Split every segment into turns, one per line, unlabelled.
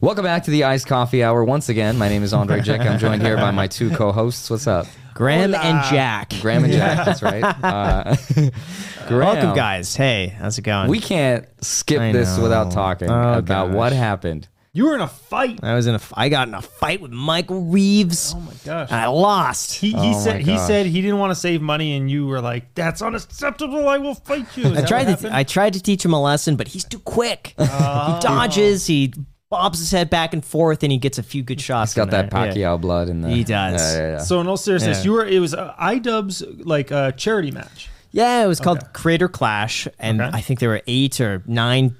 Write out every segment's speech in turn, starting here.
Welcome back to the Iced Coffee Hour once again. My name is Andre Jick. I'm joined here by my two co-hosts. What's up,
Graham
Hola.
and Jack.
Graham and Jack? That's right. Uh, Graham,
Welcome, guys. Hey, how's it going?
We can't skip
I
this
know.
without talking
Oh,
about
gosh.
what happened.
You were in a fight.
I was in a. f- I got in a fight with Michael Reeves.
Oh my gosh.
I lost.
he he
Oh my
said he
gosh.
said he didn't want to save money, and you were like, "That's unacceptable. I will fight you." Is
I
that
tried to.
what
th- I
happened? Oh.
tried to teach him a lesson, but he's too quick. he dodges. He bobs his head back and forth, and he gets a few good shots.
It's got
in
that
there.
Pacquiao
Yeah.
blood in the.
He does.
Yeah, yeah, yeah.
so in all seriousness,
Yeah.
you were it was uh, iDubbbz like uh, charity match.
Yeah, it was called Creator Clash, and
Okay.
I think there were eight or nine.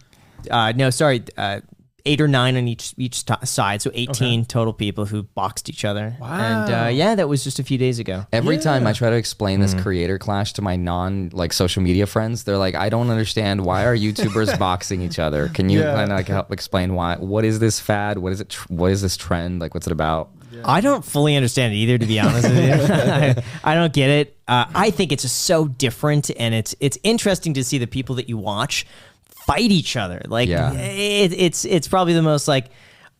Uh, no, sorry, uh, eight or nine on each each t- side, so eighteen total people who boxed each other. And uh,
Wow.
yeah, that was just a few days ago.
Every time I try to explain
Mm-hmm.
this creator clash to my non like social media friends, they're like, "I don't understand. Why are YouTubers boxing each other? Can you
Yeah.
like help explain why? What is this fad? What is it? Tr- what is this trend? Like, what's it about?"
I don't fully understand it either, to be honest with you. I, I don't get it. Uh, I think it's just so different, and it's it's interesting to see the people that you watch fight each other. Like
Yeah.
it, it's it's probably the most like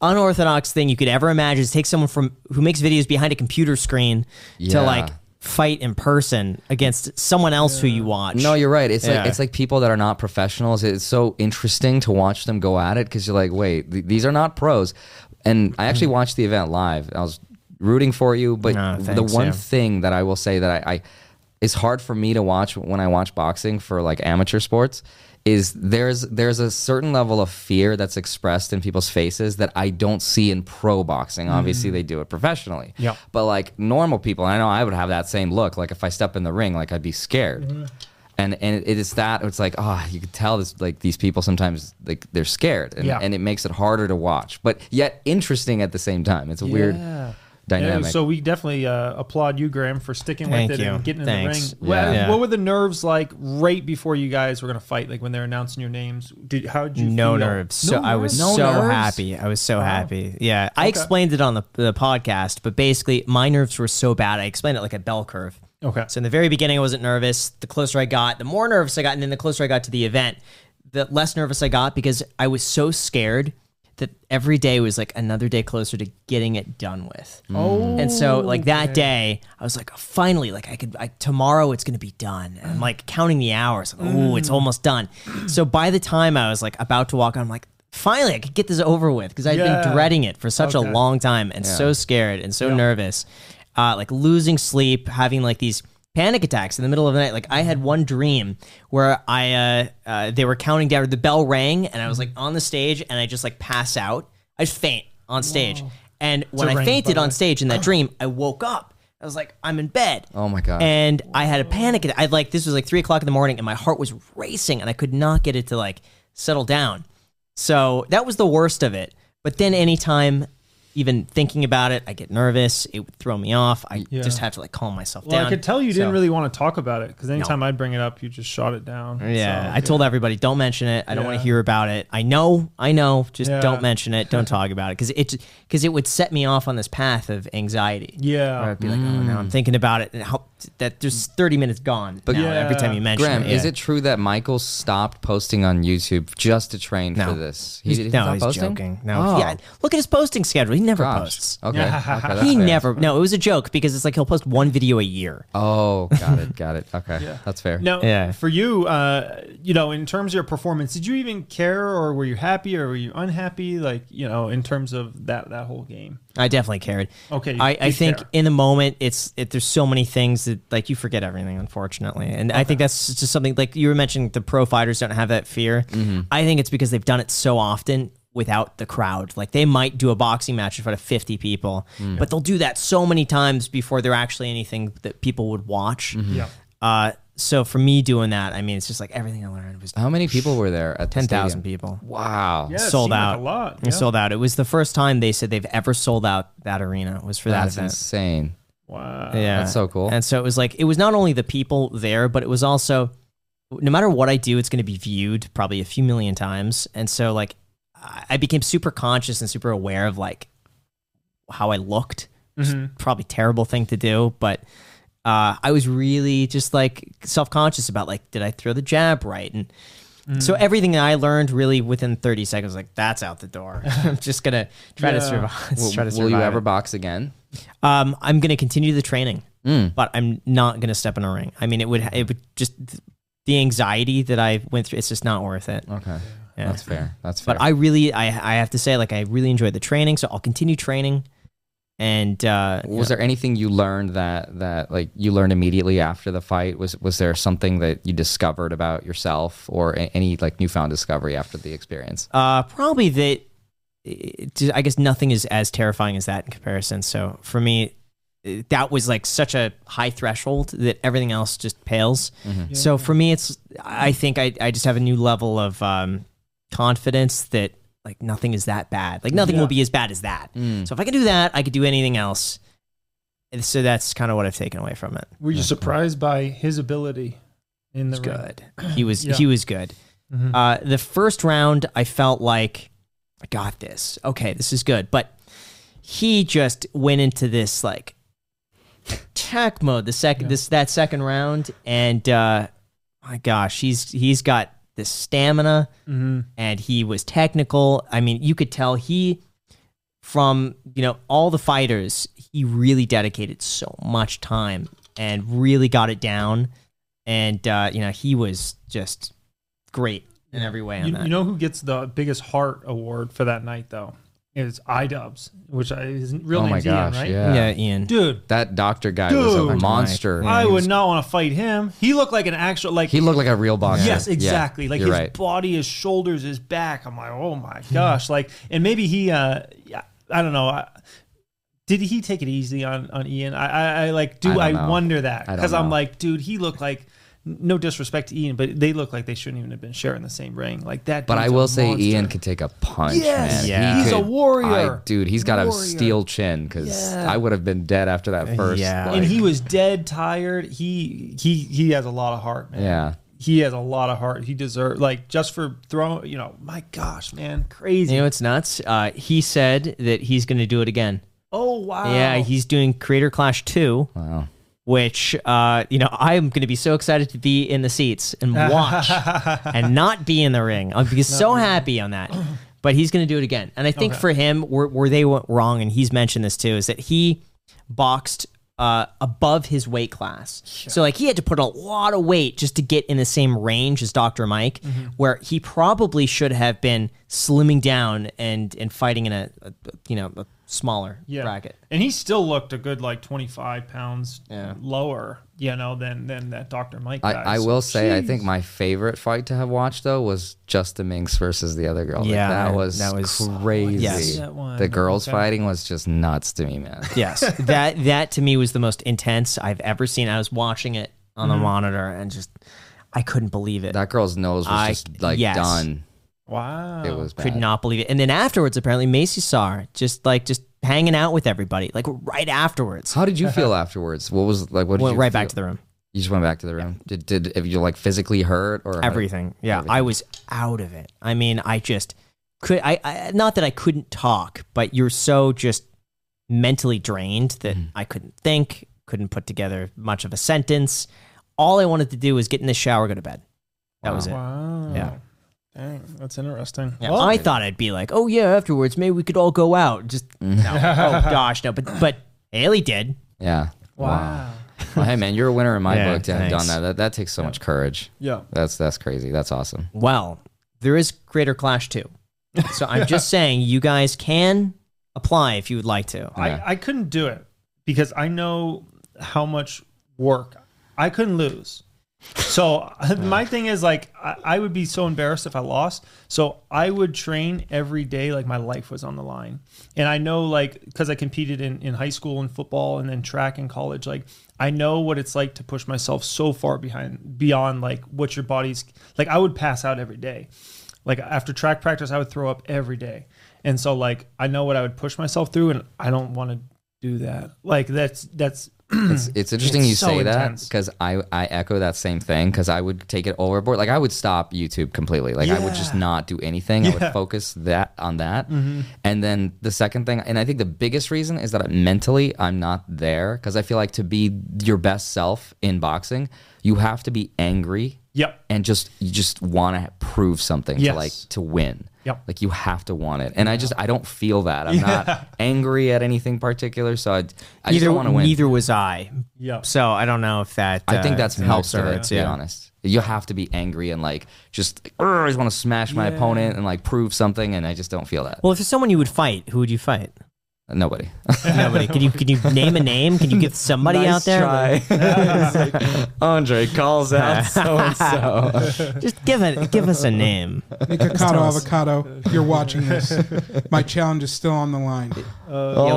unorthodox thing you could ever imagine. Is take someone from who makes videos behind a computer screen
Yeah.
to like fight in person against someone else who you watch.
No, you're right. It's like
Yeah.
it's like people that are not professionals. It's so interesting to watch them go at it because you're like, wait, th- these are not pros. And I
Hmm.
actually watched the event live. I was rooting for you, but
No,
the
thanks,
one
yeah.
thing that I will say that I, I it's hard for me to watch when I watch boxing for like amateur sports is there's there's a certain level of fear that's expressed in people's faces that I don't see in pro boxing.
Mm.
Obviously, they do it professionally.
Yeah.
But like normal people, I know I would have that same look. Like if I step in the ring, like I'd be scared.
Mm-hmm.
And and it is that it's like ah, you can tell this like these people sometimes like they're scared, and,
Yeah.
and it makes it harder to watch, but yet interesting at the same time. It's a weird dynamic.
Yeah, so we definitely uh, applaud you, Graham, for sticking
Thank
with it
you.
and getting
Thanks.
in the ring. Well,
Yeah.
What were the nerves like right before you guys were gonna fight? Like when they're announcing your names? Did how did you?
no
feel?
nerves. So
No
I was
nerves?
so
nerves?
happy. I was so happy. Yeah, I explained it on the, the podcast, but basically my nerves were so bad. I explained it like a bell curve.
Okay.
So in the very beginning, I wasn't nervous. The closer I got, the more nervous I got, and then the closer I got to the event, the less nervous I got because I was so scared that every day was like another day closer to getting it done with.
Oh.
And so like that day, I was like, finally, like I could, I, tomorrow it's going to be done. And
Mm.
I'm like counting the hours. Like, oh, it's almost done. So by the time I was like about to walk, I'm like, finally, I could get this over with because I've
Yeah.
been dreading it for such
Okay.
a long time and so scared and so nervous. Uh, like losing sleep, having like these panic attacks in the middle of the night. Like I
Mm.
had one dream where I, uh, uh, they were counting down, the bell rang and I
Mm.
was like on the stage and I just like pass out. I just faint on stage. And when
a
I
ring, by
fainted
the
on
way.
stage in that dream, I woke up. I was like, I'm in bed.
Oh my gosh.
And I had a panic. atta- I like this was like three o'clock in the morning, and my heart was racing, and I could not get it to like settle down. So that was the worst of it. But then anytime, even thinking about it, I get nervous. It would throw me off. I just have to like calm myself
Well,
down.
I could tell you didn't
So-
really want to talk about it because anytime I'd bring it up, you just shot it down.
Yeah,
So-
I told everybody, don't mention it. I don't want
Yeah.
to hear about it. I know, I know. Just
Yeah.
don't mention it. Don't talk about it because it because it would set me off on this path of anxiety.
Yeah.
Where I'd be like, oh no,
Hmm.
I'm thinking about it, and how that there's 30 minutes gone. But
Yeah.
every time you mention
Graham,
it,
is
yeah.
it true that Michael stopped posting on YouTube just to train for this? He, he
no,
stopped
he's
posting?
joking. No,
Oh,
yeah, look at his posting schedule. He never
gosh. Oh,
posts.
Okay. okay, that's
He
fair.
never. No, it was a joke because it's like he'll post one video a year.
Oh, got it. Got it. Okay. That's fair.
Now,
Yeah.
for you, uh, you know, in terms of your performance, did you even care, or were you happy, or were you unhappy? Like, you know, in terms of that that whole game.
I definitely cared.
Okay, you
I, I
did
think
care.
in the moment it's it, there's so many things that like you forget everything, unfortunately. And I think that's just something like you were mentioning the pro fighters don't have that fear. I think it's because they've done it so often without the crowd. Like they might do a boxing match in front of 50 people, but
Mm-hmm.
they'll do that so many times before they're actually anything that people would watch.
Yeah.
Uh, so for me doing that, I mean, it's just like everything I learned was
How many people were there at the
ten thousand
stadium?
people
Wow.
Yeah, it
sold
seemed like
out.
a lot.
It
yeah.
sold out. It was the first time they said they've ever sold out that arena. Was for
That's
that event.
insane.
Wow.
Yeah,
Uh, That's so cool.
And so it was like it was not only the people there, but it was also no matter what I do, it's going to be viewed probably a few million times. And so like I I became super conscious and super aware of like how I looked.
Mm-hmm.
Mhm.
Probably terrible thing to do, but uh, I was really just like self conscious about like did I throw the jab right and.
Mm.
So everything that I learned really within 30 seconds, like that's out the door. I'm just gonna try to
Yeah.
survive.
will,
try to
will
survive
you
it.
ever box again?
Um, I'm going to continue the training,
Mm.
but I'm not going to step in a ring. I mean, it would it would just the anxiety that I went through. It's just not worth it.
Okay.
Yeah.
That's fair. That's fair.
But I really, I I have to say, like I really enjoyed the training, so I'll continue training. And uh,
was there anything you learned that that like you learned immediately after the fight? Was was there something that you discovered about yourself or a- any like newfound discovery after the experience?
Uh, probably that. it- I guess nothing is as terrifying as that in comparison. So for me, it- that was like such a high threshold that everything else just pales. So for me, it's I think I I just have a new level of um, confidence that like nothing is that bad. Like nothing
Yeah.
will be as bad as that.
Mm.
So if I can do that, I could do anything else. And so that's kind of what I've taken away from it.
Were you surprised by his ability in the
was
ring?
good. He was
Yeah.
he was good.
Mhm.
Uh, the first round, I felt like I got this. Okay, this is good. But he just went into this like attack mode. The second
Yeah.
this that second round, and uh, my gosh, he's he's got the stamina,
Mhm.
and he was technical. I mean, you could tell he from you know all the fighters, he really dedicated so much time and really got it down. And uh, you know, he was just great in every way on
You,
that.
you know who gets the biggest heart award for that night though? It's iDubbbz, which I, his real
oh my
name's
gosh,
Ian, right?
yeah.
yeah, Ian.
Dude,
That doctor guy was a
Dude.
monster.
I would not want to fight him. He looked like an actual like
He looked like a real boxer.
Yes,
Yeah,
exactly. like
you're
his
right.
body, his shoulders, his back. I'm like, oh my gosh. Like, and maybe he, uh, yeah, I don't know. I, did he take it easy on on Ian? I, I, I like, do
I
I,
don't know.
wonder that
I don't
because I'm
know.
like, dude, he looked like. No disrespect to Ian, but they look like they shouldn't even have been sharing the same ring. Like that.
But I
dude's a
will say
monster.
Ian could take a punch.
Yes,
man.
Yeah.
He
he's a
could-
warrior.
I- dude, he's got a
Warrior.
steel chin because
Yeah.
I would have been dead after that first.
Yeah.
like-
And he was dead tired. He he he has a lot of heart, man.
yeah.
He has a lot of heart. He deserves like just for throwing. You know, my gosh, man, crazy.
You know it's nuts. Uh, he said that he's going to do it again.
oh wow.
Yeah, he's doing Creator Clash two,
Wow.
which uh, you know I'm going to be so excited to be in the seats and watch and not be in the ring. I'll be so happy on that. But he's going to do it again, and I think for him, where, where they went wrong, and he's mentioned this too, is that he boxed uh, above his weight class. So like he had to put a lot of weight just to get in the same range as Dr. Mike,
Mm-hmm.
where he probably should have been slimming down and and fighting in a, a you know a smaller
yeah.
bracket.
And he still looked a good like 25 pounds
Yeah.
lower, you know, than than that Dr. Mike guy.
I, I
So,
will say, I think
jeez.
my favorite fight to have watched though was Justin Minks versus the other girl. Like,
Yeah,
that was
that was-
crazy.
Yes.
That one,
The girls
okay.
fighting was just nuts to me, man.
Yes, that that to me was the most intense I've ever seen. I was watching it on the monitor and just I couldn't believe it.
Mm-hmm. that girl's nose was
I-
just like
yes.
done.
Wow.
It was bad.
could not believe it. And then afterwards, apparently Macy saw her just like just hanging out with everybody, like right afterwards.
How did you feel afterwards? What was like? What did
Went
you
right back
feel?
to the room.
You just went back to the room. Did did if you like physically hurt or
Everything. Yeah, I was out of it. I mean, I just could. I, I not that I couldn't talk, but you're so just mentally drained that
Mm.
I couldn't think, couldn't put together much of a sentence. All I wanted to do was get in the shower, go to bed. That was it.
Wow.
Yeah.
Dang, that's interesting.
Yeah,
Well,
I thought I'd be like, oh yeah, afterwards maybe we could all go out. Just
Mm-hmm.
no, oh gosh, no. But but Haley did.
Yeah.
wow.
Well, hey man, you're a winner in my
Yeah,
book to have done
thanks.
that. That that takes so much courage.
Yeah.
That's that's crazy. That's awesome.
Well, there is Creator Clash too, so I'm just saying you guys can apply if you would like to.
Yeah.
I, I couldn't do it because I know how much work I couldn't lose. So my thing is like I, I would be so embarrassed if I lost. So I would train every day like my life was on the line. And I know like because I competed in, in high school in football and then track in college, like I know what it's like to push myself so far behind beyond like what your body's like I would pass out every day. Like after track practice, I would throw up every day. And so like I know what I would push myself through and I don't want to do that. Like that's that's
It's, it's interesting
Mm. It's
you
so
say that
intense.
because I, I echo that same thing because I would take it overboard. Like I would stop YouTube completely. Like I would just
Yeah.
not do anything. I would
Yeah. Mm-hmm.
focus that on that. And then the second thing, and I think the biggest reason is that mentally I'm not there because I feel like to be your best self in boxing, you have to be angry
yep.
and just you just want to prove something to
Yes.
like to win.
Yep.
Like you have to want it, and I just I don't feel that. I'm not angry at anything particular, so I, I just
neither,
don't want to win.
neither was I.
Yep.
So I don't know if that.
I think
uh,
that's helps of it,
hurts,
to be honest. You have to be angry and like just "Arr, I just want to smash my opponent and like prove something, and I just don't feel that.
Well, if there's someone you would fight, who would you fight?
Nobody.
Nobody. Can you can you name a name? Can you get somebody out there?
Try. Andre calls out so and so.
Just give it. Give us a name.
Nikocado Avocado, if you're watching this, my challenge is still on the line.
yeah,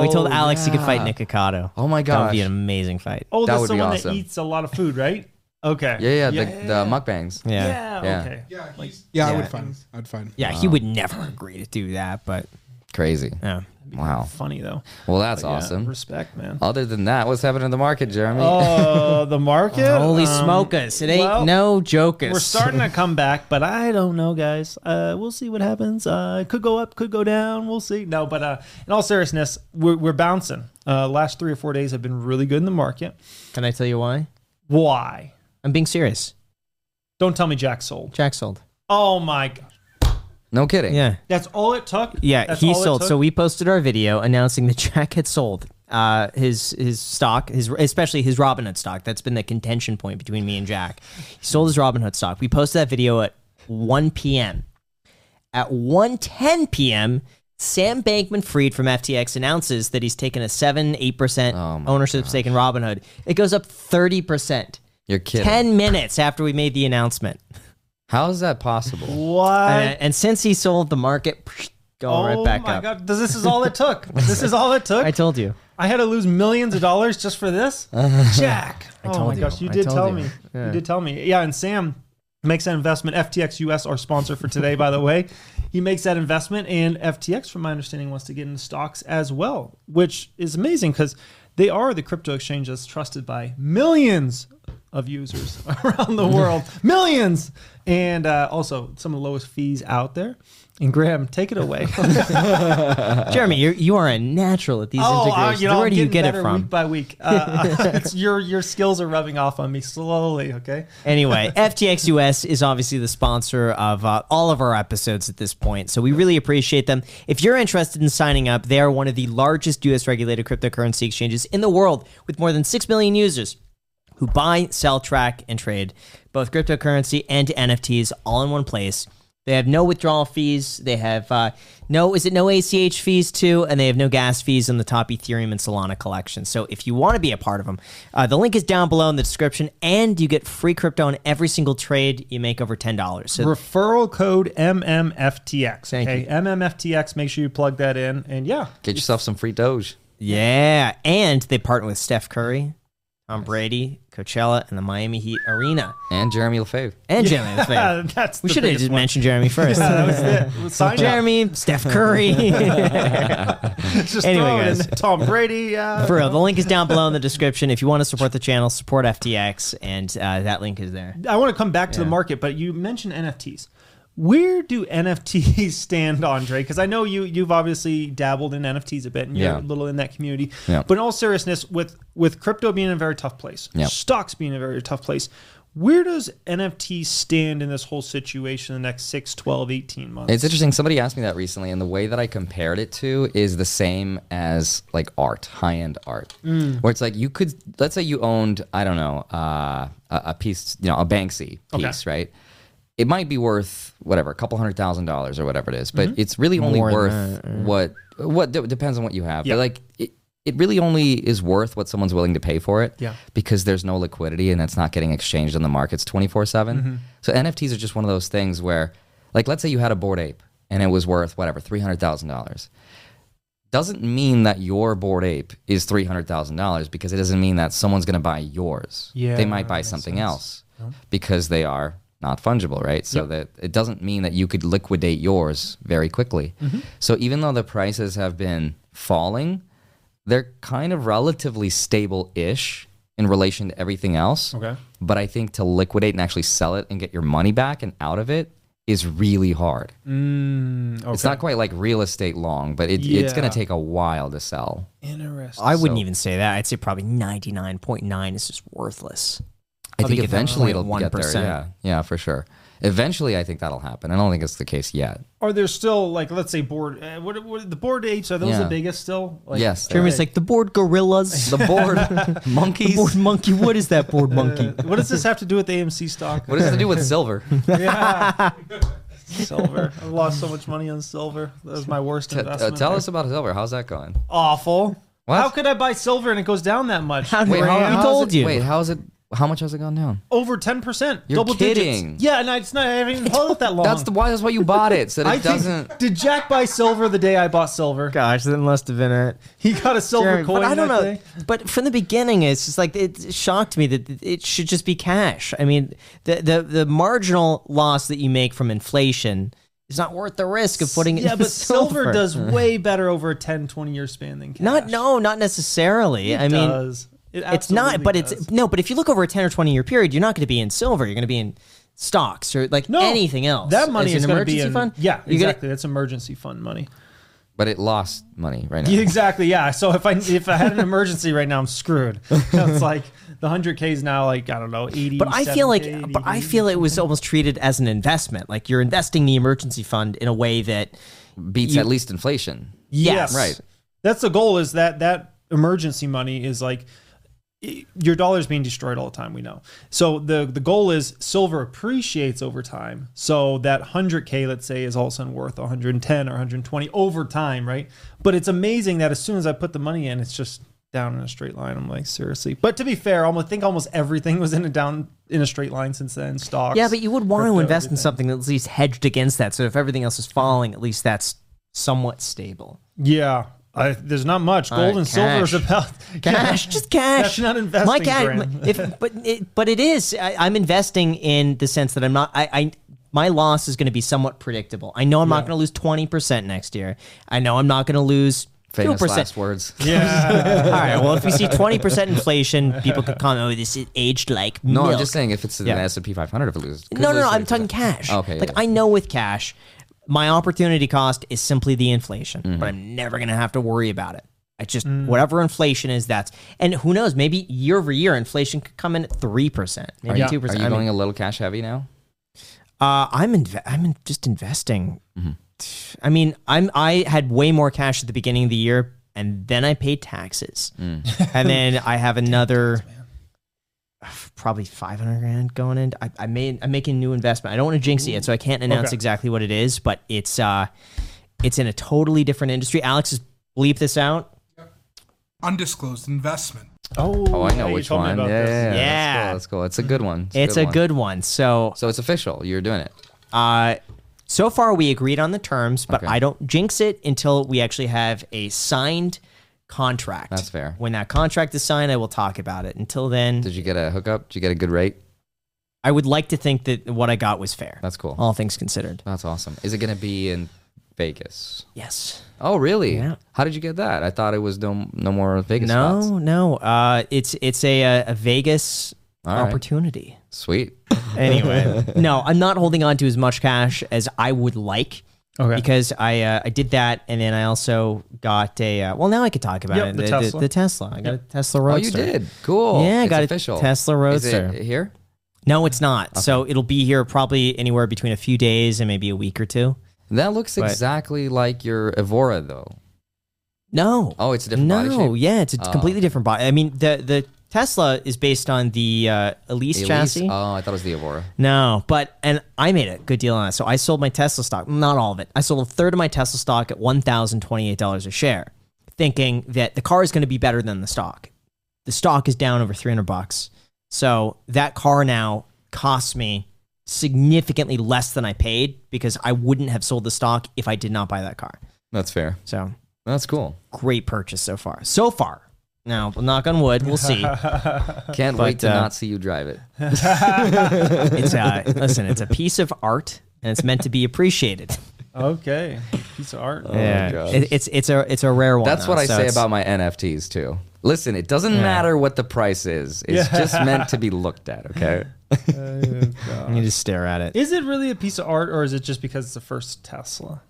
we
Oh,
told Alex he could fight Nick Ocado.
Oh my
That would be
gosh.
an amazing fight.
Oh,
That
that's
would be
someone
awesome.
that eats a lot of food, right? Okay.
Yeah, yeah, the, the mukbangs.
Yeah. Yeah,
Yeah,
Yeah.
Okay.
Yeah, yeah, I would find him. I'd find him.
he would never agree to do that, but
Crazy.
yeah.
Wow.
Funny though.
Well, that's
But yeah,
awesome. Uh,
respect, man.
Other than that, what's happening in the market, Jeremy?
Oh, the market.
Holy
um,
smokers. It ain't
well,
no jokers.
We're starting to come back, but I don't know, guys. Uh, we'll see what happens. Uh, it could go up, could go down. We'll see. No, but uh, in all seriousness, we're, we're bouncing. Uh, last three or four days have been really good in the market.
Can I tell you why?
Why?
I'm being serious.
Don't tell me Jack sold.
Jack sold.
Oh my god,
No kidding.
Yeah.
that's all it took.
Yeah,
That's
he
all it
sold.
took?
So we posted our video announcing that Jack had sold uh, his his stock, his especially his Robinhood stock. That's been the contention point between me and Jack. He sold his Robinhood stock. We posted that video at 1 p.m. At 1:10 p.m., Sam Bankman-Fried from FTX announces that he's taken a seven eight percent
Oh my
ownership stake in Robinhood. It goes up thirty percent.
You're kidding.
Ten minutes after we made the announcement, Uh,
How is that possible?
What?
and, and since he sold, the market going
Oh
right back
my
up.
god, this is all it took. this is all it took.
I told you.
I had to lose millions of dollars just for this? Jack. oh
told
my
you.
gosh, you
I
did
told
tell
you.
me.
Yeah.
You did tell me. Yeah, and Sam makes that investment. FTX US, our sponsor for today, by the way. He makes that investment, and FTX, from my understanding, wants to get into stocks as well, which is amazing because they are the crypto exchange that's trusted by millions of users around the world. millions! And uh, also some of the lowest fees out there. And Graham, take it away.
Jeremy, you're, you are a natural at these
uh,
integrations.
you know,
Where
I'm
do you
getting
get it
better
from?
Week by week, uh, it's your your skills are rubbing off on me slowly. Okay,
anyway, FTX US is obviously the sponsor of uh, all of our episodes at this point, so we really appreciate them. If you're interested in signing up, they are one of the largest US regulated cryptocurrency exchanges in the world with more than 6 million users who buy, sell, track, and trade both cryptocurrency and NFTs all in one place. They have no withdrawal fees. They have uh, no, is it no ACH fees too? And they have no gas fees on the top Ethereum and Solana collection. So if you want to be a part of them, uh, the link is down below in the description, and you get free crypto on every single trade you make over ten dollars. So
referral code MMFTX.
Thank
okay,
you.
MMFTX. Make sure you plug that in, and yeah,
Get yourself some free Doge.
yeah, and they partner with Steph Curry, Tom Brady, Coachella, and the Miami Heat arena,
And Jeremy Lefebvre.
and Jeremy. Lin.
Uh, that's
we
the
should have
biggest
just
one.
mentioned Jeremy first.
That was it. Well, Sign Jeremy,
Jeremy, Steph Curry.
up. Just
Anyway,
throw it in
guys.
there. Tom Brady. Uh,
For real, the link is down below in the description. If you want to support the channel, support FTX, and uh, that link is there.
I want to come back to the market, but you mentioned NFTs. Where do NFTs stand, Andre? Because I know you you've obviously dabbled in NFTs a bit, and you're
Yeah.
a little in that community.
Yeah.
But in all seriousness, with with crypto being in a very tough place,
Yeah.
stocks being in a very tough place, where does NFT stand in this whole situation in the next 6, 12, 18 months?
It's interesting. Somebody asked me that recently, and the way that I compared it to is the same as like art, high end art,
Mm.
where it's like you could, let's say you owned, I don't know, uh, a, a piece, you know, a Banksy
Okay.
piece, right? It might be worth whatever, a couple hundred thousand
Mm-hmm.
dollars or whatever it is, but it's really only
More than
worth what what d- depends on what you have.
Yeah.
But like, it, it really only is worth what someone's willing to pay for it
Yeah.
because there's no liquidity and it's not getting exchanged in the markets 24
Mm-hmm.
7 so nfts are just one of those things where like let's say you had a board ape and it was worth whatever $300000 doesn't mean that your board ape is $300000 because it doesn't mean that someone's going to buy yours
Yeah,
they might buy
makes
something
sense.
else because they are not fungible right so that it doesn't mean that you could liquidate yours very quickly
Mm-hmm.
so even though the prices have been falling they're kind of relatively stable ish in relation to everything else.
Okay.
But I think to liquidate and actually sell it and get your money back and out of it is really hard.
Mm, okay.
It's not quite like real estate long, but it, it's going
Yeah.
to take a while to sell.
interesting.
I wouldn't
So-
even say that. I'd say probably 99.9 is just worthless.
I
Probably
think
get that
eventually it'll get there.
0.1%.
Yeah, yeah, for sure. Eventually, I think that'll happen. I don't think it's the case yet.
Are there still like let's say board? Uh, what, what the board apes? Are those
Yeah.
the biggest still? Like,
yes, there
Jeremy's
is.
like the board gorillas.
the board
the
monkeys.
board monkey. What is that board monkey?
What does this have to do with AMC stock?
What does it have to do with silver?
yeah. silver. I lost so much money on silver. That was my worst
T- uh,
investment.
tell us about silver. How's that going?
Awful.
What?
How could I buy silver and it goes down that much?
How
Wait, how,
he
how's
told
it-
you.
Wait, how is it? How much has it gone down?
Over ten percent.
You're
double
kidding.
digits. Yeah, and I, it's not. I haven't even held it that
Oh.
long.
That's the why. That's why you bought it. So that it
I
doesn't.
Think, did Jack buy silver the day I bought silver?
Gosh, that must have been it.
He got a silver
Jeremy,
coin.
But I don't
that
know.
day.
But from the beginning, it's just like it shocked me that it should just be cash. I mean, the the, the marginal loss that you make from inflation is not worth the risk of putting it.
Yeah,
in
but silver
silver
does way better over a 10, 20 year span than cash.
not. No, not necessarily. I
It
mean,
does. It
it's not.
absolutely
But
does.
it's no. But if you look over a ten or twenty year period, you're not going to be in silver. You're going to be in stocks or like
no
anything else.
That money
As
is
an
going to be
emergency
in,
fund.
Yeah,
You're gonna-
exactly. That's emergency fund money.
But it lost money right now.
Yeah, exactly. Yeah. So if I if I had an emergency right now, I'm screwed. it's like the hundred k is now like I don't know eighty.
But I feel like,
70K,
but I feel it was almost treated as an investment. Like you're investing the emergency fund in a way that,
Beats
You-
at least inflation.
yes,
Right.
That's the goal. Is that that emergency money is like i- your dollar's being destroyed all the time. We know. So the the goal is silver appreciates over time. So that hundred k, let's say, is all of a sudden worth one hundred and ten or one hundred and twenty over time, right? But it's amazing that as soon as I put the money in, it's just down in a straight line. I'm like, seriously. But to be fair, almost I think almost everything was in a down in a straight line since then. Stocks.
Yeah, but you would want to
crypto,
invest in
everything.
something that's at least hedged against that. So if everything else is falling, at least that's somewhat stable.
Yeah. I, there's not much. Gold
right,
and silver is
cash.
about
Cash, just cash.
That's not investing,
My cash,
Graham.
if, but it, but it is. I, I'm investing in the sense that I'm not. I, I my loss is going to be somewhat predictable. I know I'm not going to lose twenty percent next year. I know I'm not going to lose two
Famous
percent.
last words.
Yeah.
All right. Well, if we see twenty percent inflation, people could comment, "Oh, this is aged like
No,
milk."
I'm just saying if it's in
Yeah.
the S and P 500, if it loses. could
No, no,
lose
no. I'm
30%.
talking cash.
Oh, Okay,
Like
yeah.
I know with cash, my opportunity cost is simply the inflation,
Mm-hmm.
but I'm never gonna have to worry about it. I just whatever inflation is, that's and who knows? Maybe year over year, inflation could come in at three percent, maybe
you-
two
Are
percent.
you
I
going
mean,
a little cash heavy now?
uh, I'm inve- I'm in- just investing. I mean, I'm I had way more cash at the beginning of the year, and then I paid taxes, and then I have another. probably 500 grand going in. I, I made I'm making a new investment. I don't want to jinx it yet, so I can't announce
Okay.
exactly what it is, but it's uh it's in a totally different industry. Alex has bleep this out.
Undisclosed investment.
Oh,
Oh, I know
yeah, you
which
told me
one. Yeah,
about
yeah, yeah,
this.
Yeah.
That's cool. That's cool. It's a good one.
It's a
one.
good one. So
So it's official. You're doing it.
uh so far we agreed on the terms, but
Okay.
I don't jinx it until we actually have a signed contract.
That's fair.
When that contract is signed, I will talk about it. Until then,
Did you get a hookup? Did you get a good rate?
I would like to think that what I got was fair.
That's cool.
all things considered.
That's awesome. Is it going to be in Vegas?
Yes.
Oh, really?
Yeah.
How did you get that? I thought it was no no more Vegas
No,
spots.
no. Uh, it's it's a, uh, a Vegas
All right.
opportunity.
Sweet.
Anyway, no, I'm not holding on to as much cash as I would like.
Okay.
Because I uh, I did that, and then I also got a uh, well. Now I could talk about
Yep,
it.
the Tesla.
the Tesla. I got a Tesla
Oh, you
Roadster.
did. Cool.
Yeah, I
It's
got a
official.
Tesla Roadster.
Is it here?
No, it's not. So it'll be here probably anywhere between a few days and maybe a week or two.
That looks
But-
exactly like your Evora, though.
No.
Oh, it's a different
no,
body shape?
yeah, it's a
Oh.
completely different body. I mean, the the Tesla is based on the uh, Elise,
Elise-
chassis.
Oh, I thought it was the Evora.
No, but and I made a good deal on it. So I sold my Tesla stock, not all of it. I sold a third of my Tesla stock at one thousand twenty-eight dollars a share. thinking that the car is going to be better than the stock. The stock is down over 300 bucks. So that car now costs me significantly less than I paid because I wouldn't have sold the stock if I did not buy that car.
That's fair.
So
That's cool.
great purchase so far. So far. Now, knock on wood, we'll see.
Can't wait to
uh,
not see you drive it.
It's a, listen, it's a piece of art and it's meant to be appreciated.
okay, piece of art.
gosh.
It- it's it's a it's a rare one.
Oh That's
though,
what I
so
say
it's-
about my NFTs too. Listen, it doesn't matter what the price is. It's just meant to be looked at, okay?
You just stare at it.
Is it really a piece of art, or is it just because it's the first Tesla?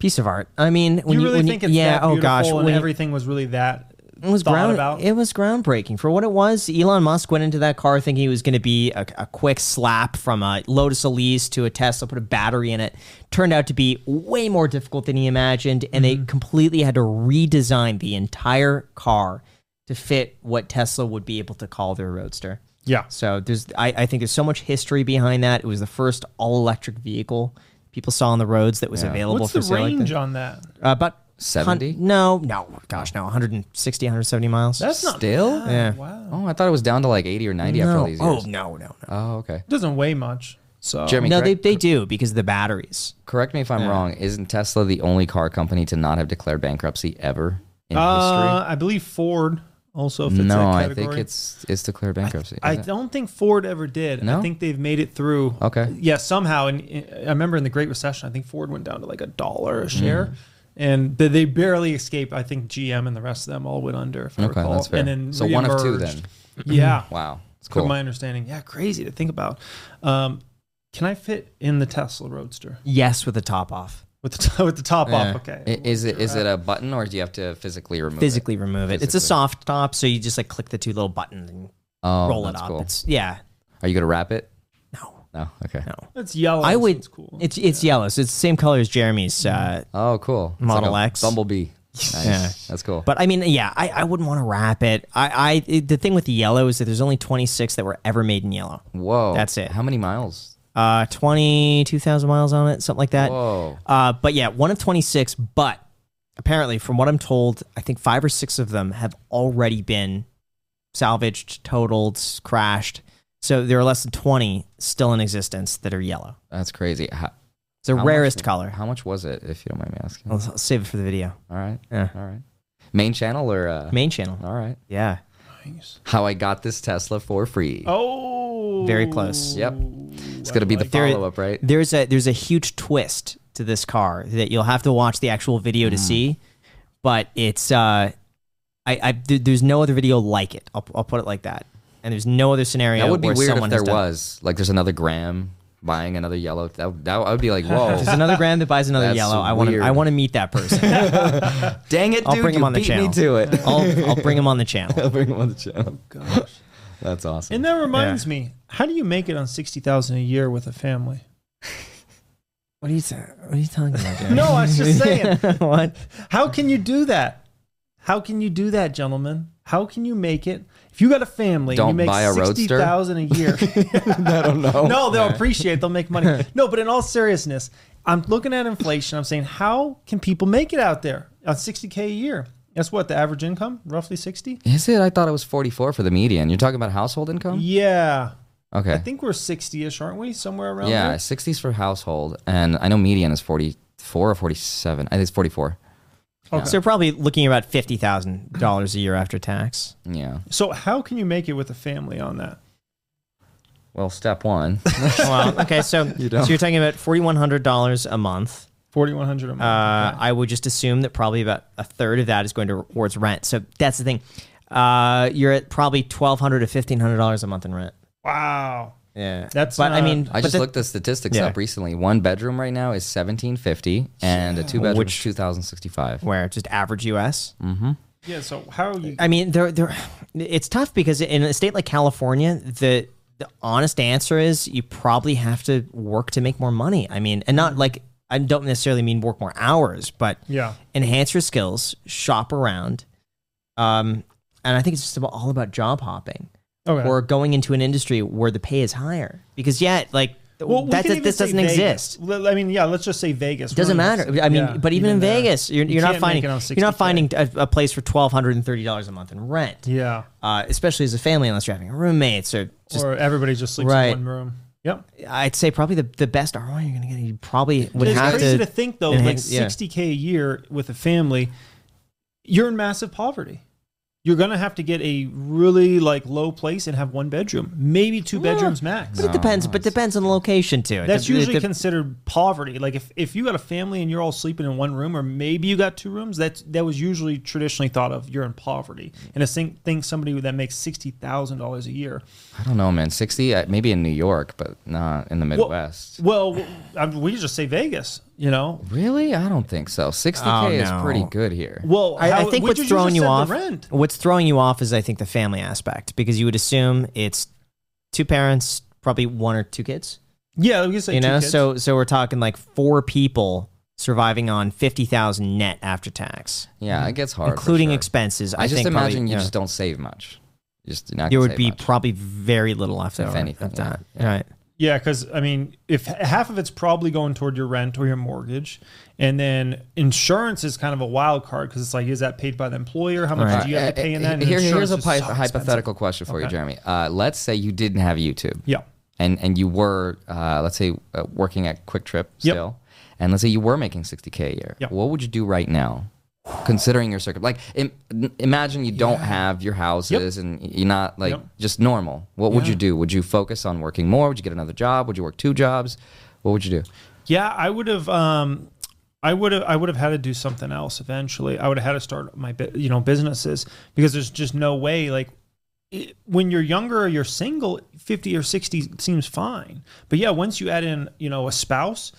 Piece of art. I mean,
Do
when
you
you,
really
when
think
you,
it's
yeah.
that
oh
beautiful
gosh,
and
when you-
everything was really that
it was
thought
ground.
about?
It was groundbreaking for what it was. Elon Musk went into that car thinking it was going to be a, a quick slap from a Lotus Elise to a Tesla, put a battery in it. Turned out to be way more difficult than he imagined, and they
Mm-hmm.
completely had to redesign the entire car to fit what Tesla would be able to call their Roadster.
yeah,
So there's, I, I think there's so much history behind that. It was the first all electric vehicle people saw on the roads that was available
What's
for
the
sale like
range
that.
on that?
Uh, about
70?
hun- no, no, gosh, no, 160, 170 miles.
That's not
Still?
yeah.
wow.
Oh, I thought it was down to like 80 or 90 after all
no.
these
Oh
years.
no, no, no.
Oh, okay.
It doesn't weigh much. So
Jeremy,
no,
correct,
they, they do because of the batteries.
correct me if I'm wrong. Isn't Tesla the only car company to not have declared bankruptcy ever in
uh, I believe Ford also fits
history? No,
that
I
category.
think it's it's declared bankruptcy.
I
is it?
don't think Ford ever did.
No?
I think they've made it through.
Okay.
Yeah, somehow. And uh, I remember in the Great Recession, I think Ford went down to like a dollar
Mm-hmm.
a share. And but they barely escaped. I think GM and the rest of them all went under. If I
Okay,
recall.
that's fair.
And then
so one of two then.
reemerged. Yeah.
Wow. It's
From
cool.
my understanding, yeah, crazy to think about. Um, can I fit in the Tesla Roadster
Yes, with the top off,
with the t- with the top
Yeah.
off? Okay.
I- Is it is it a button or do you have to physically remove
physically
it?
remove it. It's a
Physically.
soft top, so you just like click the two little buttons and
Oh,
roll it
that's
up.
cool.
It's yeah,
Are you going to wrap it?
no,
No. Okay.
no.
It's yellow.
I
so
would.
It's Oh, cool.
It's it's yellow, so it's the same color as Jeremy's uh,
Oh, cool. It's
Model
a
X.
Bumblebee. Nice.
Yeah.
That's cool.
But I mean, yeah, I, I wouldn't want to wrap it. I, I it- the thing with the yellow is that there's only 26 that were ever made in yellow.
Whoa.
That's it.
How many miles?
Uh, 22,000 miles on it, something like that.
Whoa.
Uh, but yeah, one of 26. But apparently, from what I'm told, I think five or six of them have already been salvaged, totaled, crashed. So there are less than 20 still in existence that are yellow.
That's crazy. How,
It's the
How much-
rarest color.
how much was it, if you don't mind me asking?
I'll, I'll save it for the video.
All right.
Yeah.
All right. Main channel or? Uh,
Main channel.
All right.
Yeah.
How I got this Tesla for free.
oh,
Very close.
Yep. It's going to be the
There-
follow up, right?
There's a there's a huge twist to this car that you'll have to watch the actual video
Hmm.
to see, but it's uh, I, I there- there's no other video like it. I'll, I'll put it like that. And there's no other scenario.
That would be
where
weird if
someone has
there
done-
was. Like, there's another Graham buying another yellow. That, would- that would- I would be like, whoa.
There's another Graham that buys another
That's
yellow. I want to
weird.
I want to meet that person.
Dang it, dude.
I'll bring him
you
on the
beat
channel.
me to it.
I'll I'll bring him on the channel.
I'll bring him on the channel.
Gosh.
That's awesome.
And that reminds me, how do you make it on sixty thousand a year with a family?
What are you ta- What are you talking about? Jeremy?
No, I was just saying.
what?
How can you do that? How can you do that, gentlemen? How can you make it? If you got a family, and you
Don't
make
buy a
sixty
Roadster? Oh,
thousand a year.
I don't know.
no, they'll appreciate. They'll make money. No, but in all seriousness, I'm looking at inflation. I'm saying, how can people make it out there on sixty k a year? That's what the average income, roughly sixty.
Is it? I thought it was 44 for the median. You're talking about household income?
Yeah,
Okay.
I think we're sixty-ish, aren't we? Somewhere around
yeah,
there.
60s for household. And I know median is 44 or 47. I think it's 44.
So you're probably looking at about fifty thousand dollars a year after tax.
Yeah.
So how can you make it with a family on that?
Well, step one.
Well, okay, so so
don't.
you're talking about forty one hundred dollars a month.
Forty-one hundred a month.
Uh, I would just assume that probably about a third of that is going towards rent. So that's the thing. Uh, you're at probably twelve hundred to fifteen hundred dollars a month in rent.
wow.
Yeah,
That's uh,
But I
not-
mean,
I
but
just
the-
looked the statistics
Yeah.
up recently. One bedroom right now is 1750 and a two bedroom
Which-
is 2065.
where just average U.S.
Mm.
Yeah. So how are you?
I mean, there, there, it's tough because in a state like California, the the honest answer is you probably have to work to make more money. I mean, and not like I don't necessarily mean work more hours, but
Yeah.
enhance your skills, shop around, um, and I think it's just about, all about job hopping.
Okay.
or going into an industry where the pay is higher. Because yeah, like
Well, we
That's-
can even
this
say
doesn't
Vegas.
exist.
Well, I mean, yeah, let's just say Vegas.
Doesn't
We're in-
matter. I mean,
yeah,
but even, in
there.
Vegas, you're,
You
you're not
can't make
finding
it on
you're not
60K.
finding a, a place for twelve hundred and thirty dollars a month in rent.
Yeah,
Uh, especially as a family, unless you're having roommates or just.
or everybody just sleeps
Right.
in one room. Yep.
I'd say probably the, the best ROI you're gonna get. You probably would
it's
have
crazy to,
to.
think though,
enhance- yeah.
like 60k a year with a family, you're in massive poverty. You're gonna have to get a really like low place and have one bedroom, maybe two bedrooms max.
but it depends.
No,
But depends on the location too. It
That's
de- it
usually
de-
considered poverty. Like if, if you got a family and you're all sleeping in one room, or maybe you got two rooms, that's that was usually traditionally thought of you're in poverty.
Mm.
And I think think somebody that makes sixty thousand dollars a year.
I don't know, man. Sixty, uh, maybe in New York, but not in the Midwest.
Well, well I mean, we just say Vegas, you know.
really? I don't think so. Sixty k
Oh,
is
no.
pretty good here.
Well,
I, I
how-
think
would
what's
just
throwing you
said the
off.
Rent?
What's throwing you off is I think the family aspect because you would assume it's two parents, probably one or two kids.
Yeah, we could say
you
two
know,
kids.
so so we're talking like four people surviving on fifty thousand net after tax,
yeah, it gets hard, for
including
sure.
expenses. I,
I, just
think
imagine
probably,
you
know,
just don't save much. You just not.
there
gonna
would
save
be
much.
probably very little left
If
over
anything,
of that.
yeah, yeah.
Right.
Yeah, because I mean, if h- half of it's probably going toward your rent or your mortgage, and then insurance is kind of a wild card because it's like, is that paid by the employer? How much
Right.
do you have
Uh,
to pay in
uh,
that? And
Here, here's
insurance
a
is
pi-
so
hypothetical
expensive.
question for you,
Okay.
Jeremy. Uh, let's say you didn't have YouTube.
Yeah.
and and you were uh, let's say uh, working at Quick Trip
Yep.
still, and let's say you were making 60k a year.
Yep.
What would you do right now, considering your circuit? Like Im- n- imagine you don't have your houses and you're not like
Yep.
just normal. What would you
Yeah.
do? Would you focus on working more? Would you get another job? Would you work two jobs? What would you do?
Yeah, I would have. Um, I would have. I would have had to do something else eventually. I would have had to start my, bu- you know, businesses because there's just no way. Like, it, when you're younger or you're single, fifty or sixty seems fine. But yeah, once you add in, you know, a spouse,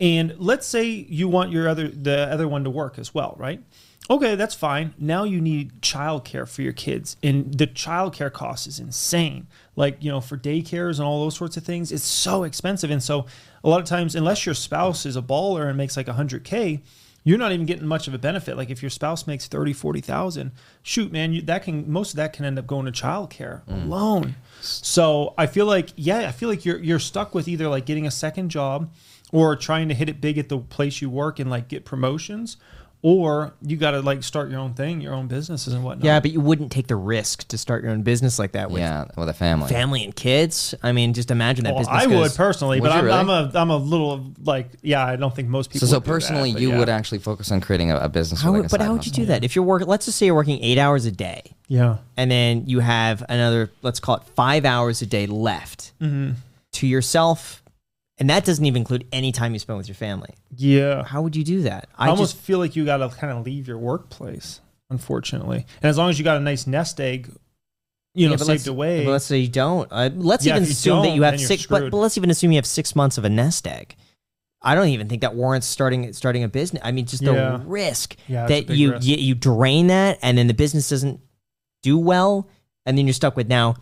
and let's say you want your other the other one to work as well, right? Okay, that's fine. Now you need childcare for your kids, and the childcare cost is insane. Like you know, for daycares and all those sorts of things, it's so expensive. And so, a lot of times, unless your spouse is a baller and makes like hundred k, you're not even getting much of a benefit. Like if your spouse makes thirty, forty thousand, shoot, man, you, that can most of that can end up going to childcare alone. So I feel like, yeah, I feel like you're you're stuck with either like getting a second job or trying to hit it big at the place you work and like get promotions, or you got to like start your own thing, your own businesses and whatnot.
Yeah, but you wouldn't take the risk to start your own business like that with
yeah, with a family.
family and kids. I mean, just imagine that
Well,
business.
Oh, I would
goes-
personally,
Would
but
you
I'm,
really?
I'm a I'm a little like yeah, I don't think most
so
people.
so
would do that,
personally,
but
you
yeah.
would actually focus on creating a, a business.
How
with, like,
would,
a
but
side
how would you
hustle.
do that if you're working? Let's just say you're working eight hours a day,
yeah.
and then you have another, let's call it five hours a day left to yourself, and that doesn't even include any time you spend with your family.
Yeah,
How would you do that?
I, almost feel like you got to kind of leave your workplace, unfortunately. And as long as you got a nice nest egg, you know,
Yeah, but let's-
saved away.
But let's say you don't. Uh, let's
Yeah,
even
if you
assume that
don't,
you have
then you're
six. But,
screwed.
but let's even assume you have six months of a nest egg. I don't even think that warrants starting starting a business. I mean, just
Yeah.
the risk
Yeah, it's a
that
big
you,
risk.
you you drain that, and then the business doesn't do well, and then you're stuck with now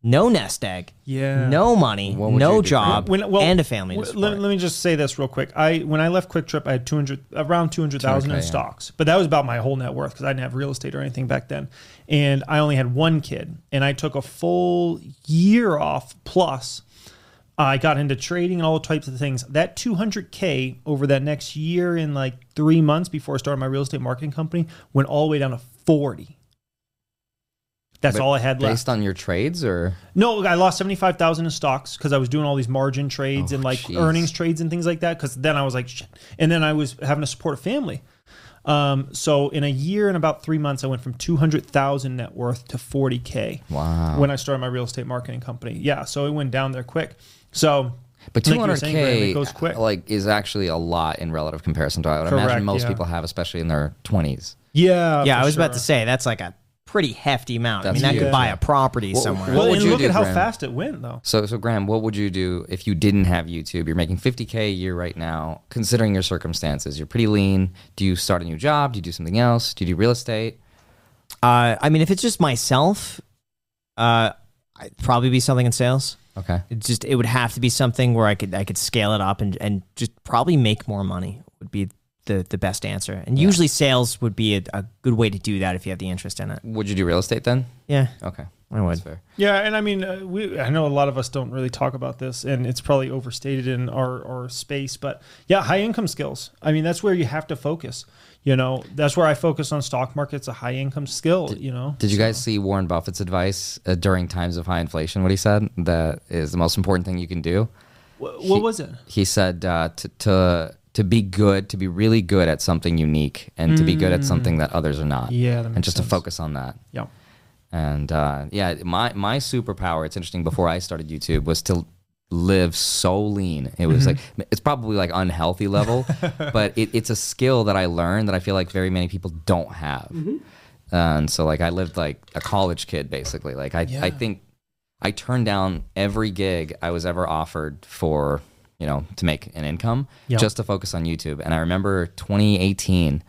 no nest egg,
yeah.
no money,
What would
no
you do?
job,
When- well,
and a family. to
Well, Let,
support.
let me just say this real quick. I when I left Quick Trip, I had two hundred around two hundred thousand
200K,
in
yeah.
stocks, but that was about my whole net worth because I didn't have real estate or anything back then, and I only had one kid, and I took a full year off plus. I got into trading and all types of things. That 200K over that next year in like three months before I started my real estate marketing company went all the way down to 40. That's
But
all I had left.
Based on your trades or
No, I lost seventy five thousand in stocks because I was doing all these margin trades
Oh,
and like
jeez.
earnings trades and things like that. Because then I was like, shit. and then I was having to support a family. Um, so in a year and about three months, I went from two hundred thousand net worth to forty k.
wow.
When I started my real estate marketing company, yeah, so it went down there quick. So,
But
Like
two
you were
hundred
saying, Graham,
k
it goes quick.
like is actually a lot in relative comparison to what I would
Correct,
imagine most
yeah.
people have, especially in their twenties.
yeah,
yeah,
for
I was about
sure.
to say that's like a pretty hefty amount. I
That's
mean, that could
huge.
buy a property
Well,
somewhere.
well,
Well,
would
and
you
look
do,
at how
Graham?
fast it went, though.
So, so Graham, what would you do if you didn't have YouTube? You're making 50k a year right now, considering your circumstances. You're pretty lean. Do you start a new job? Do you do something else? Do you do real estate?
Uh, I mean, if it's just myself, uh, I'd probably be something in sales.
Okay.
It just it would have to be something where I could I could scale it up and and just probably make more money would be the, the best answer. And usually sales would be a, a good way to do that if you have the interest in it.
Would you do real estate then?
Yeah.
Okay.
I would.
That's fair.
Yeah, and I mean, uh, we I know a lot of us don't really talk about this, and it's probably overstated in our, our space. But yeah, high income skills. I mean, that's where you have to focus. You know, that's where I focus on stock markets, a high income skill. you know,
Did you guys see Warren Buffett's advice uh, during times of high inflation? What he said that is the most important thing you can do.
Wh-
He-
what was it?
He said uh, to to to be good, to be really good at something unique, and to be good at something that others are not.
Yeah, that
and
makes
just to
sense.
focus on that.
Yeah,
And uh, yeah, my my superpower. It's interesting. Before I started YouTube, was to live so lean. It was
Mm-hmm.
like it's probably like unhealthy level, but it, it's a skill that I learned that I feel like very many people don't
Mm-hmm.
have. And so like I lived like a college kid basically. Like I I think I turned down every gig I was ever offered for you know to make an income
Yeah.
just to focus on YouTube. And I remember 2018,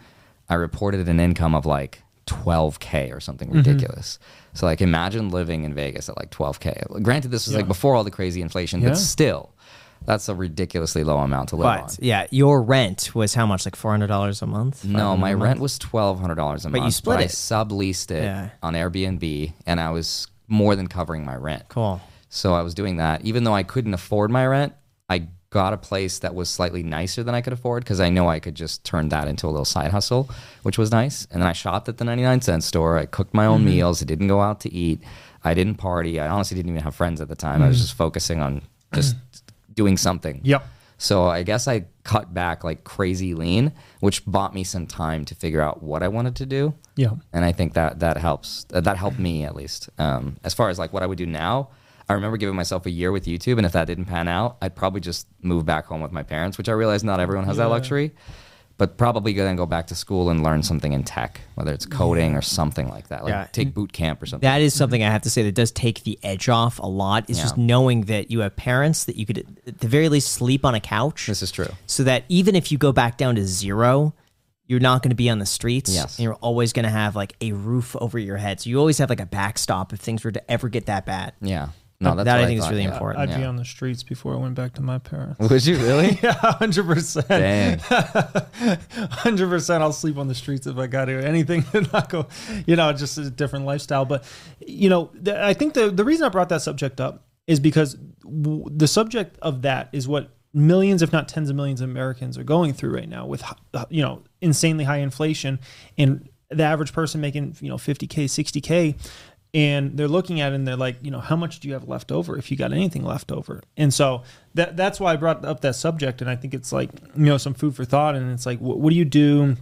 I reported an income of like 12k or something
Mm-hmm.
ridiculous. So like imagine living in Vegas at like 12k. Granted, this was like before all the crazy inflation,
Yeah.
but still, that's a ridiculously low amount to live on.
But yeah, your rent was how much? Like four hundred dollars a month?
No,
$500
my
a month?
rent was twelve hundred dollars a
But you
month.
split
but I
it.
subleased it
Yeah.
on Airbnb, and I was more than covering my rent.
Cool.
So I was doing that, even though I couldn't afford my rent. I got a place that was slightly nicer than I could afford because I know I could just turn that into a little side hustle, which was nice. And then I shopped at the ninety nine cent store. I cooked my
Mm-hmm.
own meals. I didn't go out to eat. I didn't party. I honestly didn't even have friends at the time. I
Mm-hmm.
was just focusing on just doing something.
Yep.
So I guess I cut back like crazy lean, which bought me some time to figure out what I wanted to do.
yeah.
And I think that that helps. uh, That helped me at least. Um, as far as like what I would do now, I remember giving myself a year with YouTube, and if that didn't pan out, I'd probably just move back home with my parents, which I realize not everyone has that luxury. But probably go- then go back to school and learn something in tech, whether it's coding or something like that. Like
Yeah.
take boot camp or something.
That is something I have to say that does take the edge off a lot. Is just
Yeah.
knowing that you have parents that you could, at the very least, sleep on a couch.
this is true.
so that even if you go back down to zero, you're not going to be on the streets.
Yes.
And you're always going to have like a roof over your head. So you always have like a backstop if things were to ever get that bad.
Yeah. No, that's
That
what
I think is
thought,
really
yeah.
important.
I'd be
Yeah.
on the streets before I went back to my parents.
Would you really?
Yeah, hundred percent,
Dang.
hundred percent. I'll sleep on the streets if I got to. Anything to not go, you know, just a different lifestyle. But you know, th- I think the the reason I brought that subject up is because w- the subject of that is what millions, if not tens of millions, of Americans are going through right now with h- you know insanely high inflation and the average person making you know fifty k, sixty k and they're looking at it and they're like, you know, how much do you have left over if you got anything left over? And so that that's why I brought up that subject, and I think it's like you know some food for thought, and it's like, wh- what do you do?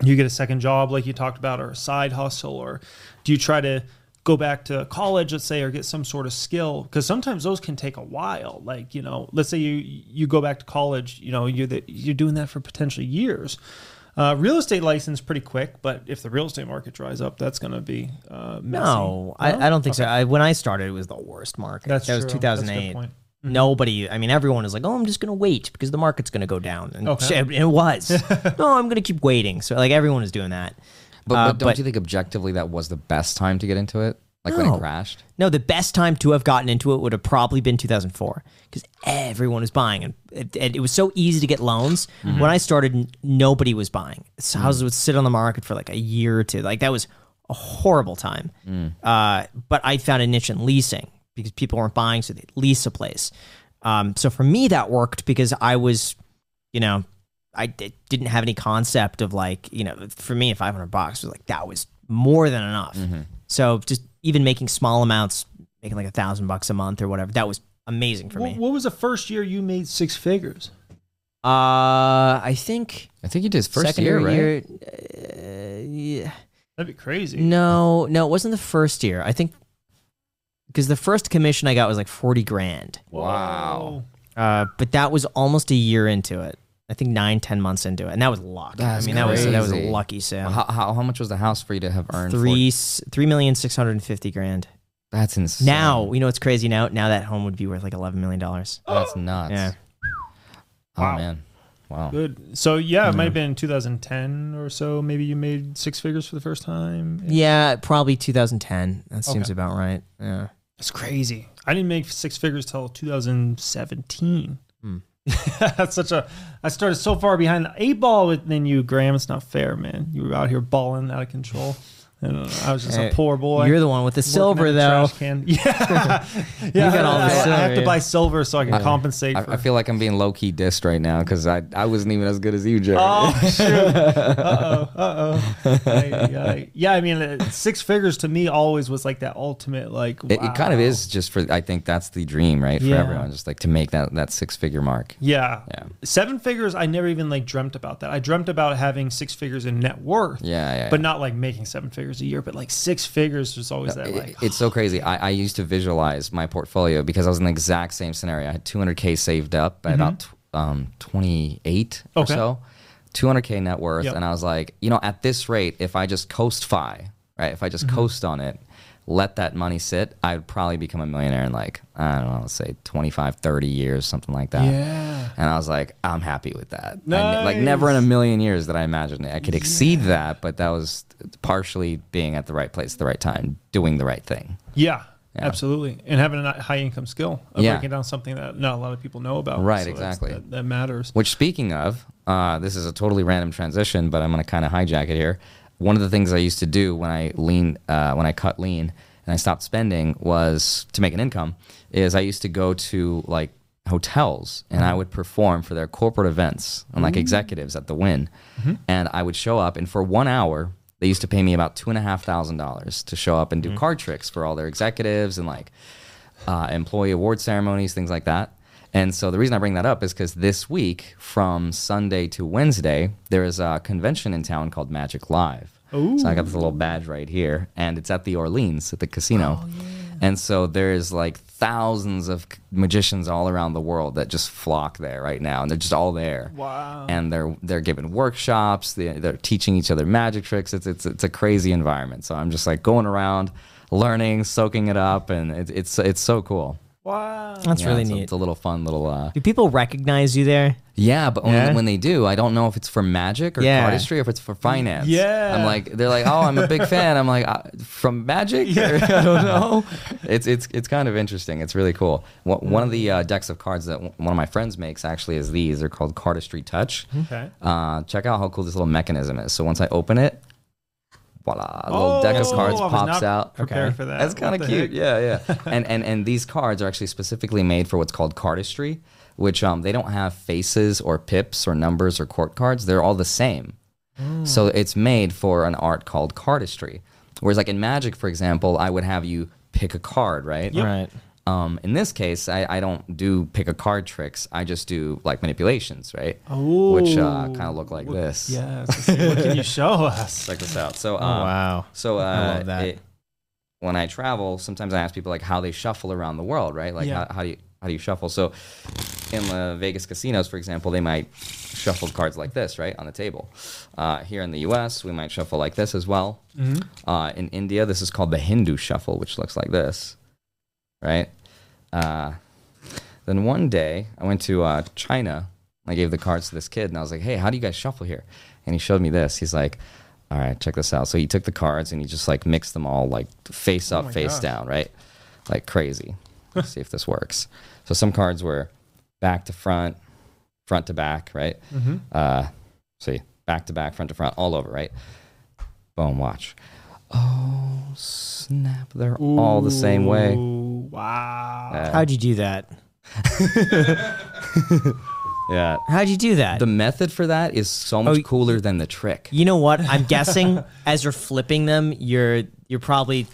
Do you get a second job like you talked about, or a side hustle, or do you try to go back to college, let's say, or get some sort of skill? Because sometimes those can take a while. Like you know, let's say you you go back to college, you know, you're the, you're doing that for potentially years. Uh, real estate license pretty quick, but if the real estate market dries up, that's going to be uh, messy.
No, I, I don't think so. I, when I started, it was the worst market.
That's
that was
true.
2008.
That's a good point.
Nobody, I mean, everyone is like, oh, I'm just going to wait because the market's going to go down. And
Okay.
shit, it was. no, I'm going to keep waiting. So, like, everyone is doing that.
But,
Uh,
but don't you think objectively that was the best time to get into it? Like when
No.
it crashed?
No, the best time to have gotten into it would have probably been 2004 because everyone was buying, and it, and it was so easy to get loans. When I started, n- nobody was buying. So houses would sit on the market for like a year or two. Like that was a horrible time. Uh, but I found a niche in leasing because people weren't buying, so they lease a place. Um, so for me, that worked because I was, you know, I d- didn't have any concept of like, you know, for me, 500 bucks was like, that was more than enough.
Mm-hmm.
So just even making small amounts, making like a thousand bucks a month or whatever, that was amazing for
Wh-
me.
What was the first year you made six figures?
Uh, I think
I think you did first
second
year, right?
year, uh, yeah.
That'd be crazy.
no, no, it wasn't the first year. I think because the first commission I got was like 40 grand.
Wow.
Uh, but that was almost a year into it. I think nine, ten months into it, and that was luck.
That's
I mean, that was that was
crazy.
a lucky sale.
How, how, how much was the house for you to have earned?
three
40?
s- three million six hundred and fifty grand.
That's insane.
Now you know it's crazy. Now now that home would be worth like eleven million dollars.
That's nuts.
Yeah.
Oh, man. Wow.
Good. So yeah, it might
Mm-hmm.
have been 2010 or so. Maybe you made six figures for the first time.
Yeah, probably 2010. That seems
Okay.
about right. Yeah. Hmm.
It's crazy. I didn't make six figures till 2017. That's such a. I started so far behind the eight ball with than you, Graham. It's not fair, man. You were out here balling out of control. And uh, I was just
Hey,
a poor boy.
You're the one with the
working
silver,
at the
though.
trash can. Yeah, yeah.
got all the
I, I
silver,
have
yeah.
to buy silver so I can compensate.
I,
for,
I feel like I'm being low key dissed right now because I, I wasn't even as good as you, Jerry.
Oh shoot! Uh oh! Uh oh! Yeah, I mean, uh, six figures to me always was like that ultimate, like
It, it kind of
wow.
is just for I think that's the dream, right? For
Yeah.
everyone, just like to make that that six figure mark.
Yeah.
Yeah.
Seven figures, I never even like dreamt about that. I dreamt about having six figures in net worth.
Yeah, yeah,
But
yeah.
not like making seven figures a year, but like six figures was always that
It-
like
it's so crazy. I, I used to visualize my portfolio because I was in the exact same scenario. I had 200k saved up by about tw- um, 28 or
Mm-hmm. Okay.
so, 200k net worth,
Yep.
and I was like, you know, at this rate, if I just coast fi, right? If I
Mm-hmm.
just coast on it, let that money sit, I'd probably become a millionaire in like I don't know, let's say 25, 30 years, something like that.
Yeah.
And I was like, I'm happy with that. I ne- like never in a
Nice.
million years that I imagined it. I could exceed that, but that was partially being at the right place at the right time, doing the right thing.
Yeah.
Yeah.
Absolutely, and having a high income skill of
Yeah.
breaking down something that not a lot of people know about.
Right,
that's-
exactly.
That, that matters.
Which, speaking of, uh, this is a totally random transition, but I'm going to kind of hijack it here. One of the things I used to do when I lean, uh, when I cut lean and I stopped spending was to make an income. Is I used to go to like hotels and I would perform for their corporate events and like executives at the Win, and I would show up and for one hour they used to pay me about two and a half thousand dollars to show up and do card tricks for all their executives and like uh, employee award ceremonies, things like that. And so the reason I bring that up is because this week, from Sunday to Wednesday, there is a convention in town called Magic Live. So I got this little badge right here, and it's at the Orleans at the casino. And so there's like thousands of c- magicians all around the world that just flock there right now, and they're just all there.
Wow.
Uh-huh.
And they're they're giving workshops, they're, they're teaching each other magic tricks. It's it's it's a crazy environment. So I'm just like going around, learning, soaking it up, and it's it's it's so cool.
Wow.
That's
Yeah,
really
it's a-
neat.
It's a little fun little. uh
Do people recognize you there?
Yeah, but only
Yeah?
when they do, I don't know if it's for magic or
Yeah.
artistry or if it's for finance.
Yeah.
I'm like they're like, oh, I'm a big fan. I'm like I, from magic. Or- I don't know. It's it's it's kind of interesting. It's really cool. One, one of the uh, decks of cards that w- one of my friends makes actually is these. They're called Cardistry Touch.
Okay.
Uh, check out how cool this little mechanism is. So once I open it, voila, a little deck of cards
Oh, I was
pops
not
out.
Prepared
Okay.
for that.
That's
What
kind
the
of cute.
heck?
Yeah, yeah. and and and these cards are actually specifically made for what's called cardistry, which um they don't have faces or pips or numbers or court cards. They're all the same.
Hmm.
So it's made for an art called cardistry. Whereas like in magic, for example, I would have you pick a card, right?
Right.
Um, in this case, I, I don't do pick a card tricks. I just do like manipulations, right?
Oh.
Which uh,
Ooh.
kind of look like
What-
this.
Yeah. I was gonna say, what can you show us?
Check this out. So,
Um,
Oh,
uh,
wow.
so uh,
love that.
it- when I travel, sometimes I ask people like how they shuffle around the world, right? Like
Yeah.
how, how do you how do you shuffle? So in the Vegas casinos, for example, they might shuffle cards like this, right, on the table. Uh, here in the U.S., we might shuffle like this as well. Uh, in India, this is called the Hindu shuffle, which looks like this, right? Uh, then one day, I went to uh, China. I gave the cards to this kid, and I was like, "Hey, how do you guys shuffle here?" And he showed me this. He's like, "All right, check this out." So he took the cards and he just like mixed them all like face up,
Oh my
face
gosh.
down, right? Like crazy. Let's see if this works. So some cards were back to front, front to back, right?
Mm-hmm.
Uh, see, back to back, front to front, all over, right? Boom, watch. Oh snap! They're all the same way.
Ooh, Wow.
Uh,
How'd you do that?
yeah.
How'd you do that?
The method for that is so
Oh,
much
y-
cooler than the trick.
you know what? I'm guessing as you're flipping them, you're you're probably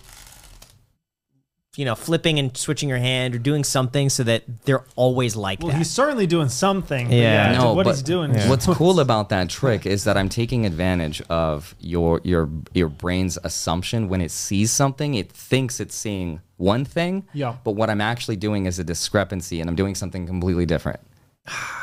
you know flipping and switching your hand or doing something so that they're always like
well,
that.
he's certainly doing something. but
Yeah.
Yeah.
no,
what
but
he's doing. is-
What's cool about that trick is that I'm taking advantage of your your your brain's assumption when it sees something, it thinks it's seeing one thing.
Yeah.
But what I'm actually doing is a discrepancy, and I'm doing something completely different.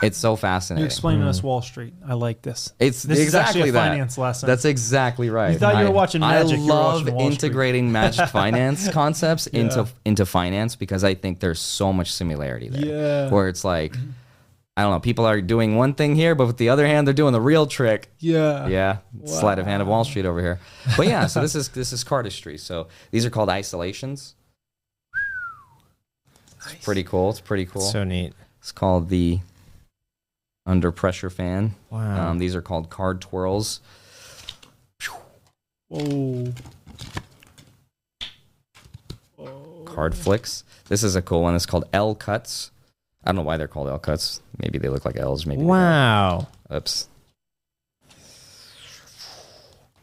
It's so fascinating.
You're explaining us Wall Street. I like this.
Hmm. It's
this
exactly
is actually a
that.
finance lesson.
That's exactly right.
You thought you were
I-
watching magic,
I
you were
love
watching Wall Street.
integrating magic finance concepts into into finance because I think there's so much similarity there.
Yeah.
Where it's like, I don't know, people are doing one thing here, but with the other hand, they're doing the real trick.
yeah.
Yeah, sleight of hand of Wall Street over here. But yeah, so this is this is cardistry. So these are called isolations. It's pretty cool. It's pretty cool.
So neat.
It's called the under pressure fan.
Wow.
Um, these are called card twirls.
Oh,
card flicks. This is a cool one. It's called L cuts. I don't know why they're called L cuts. Maybe they look like L's. Maybe they
Wow.
don't. Oops.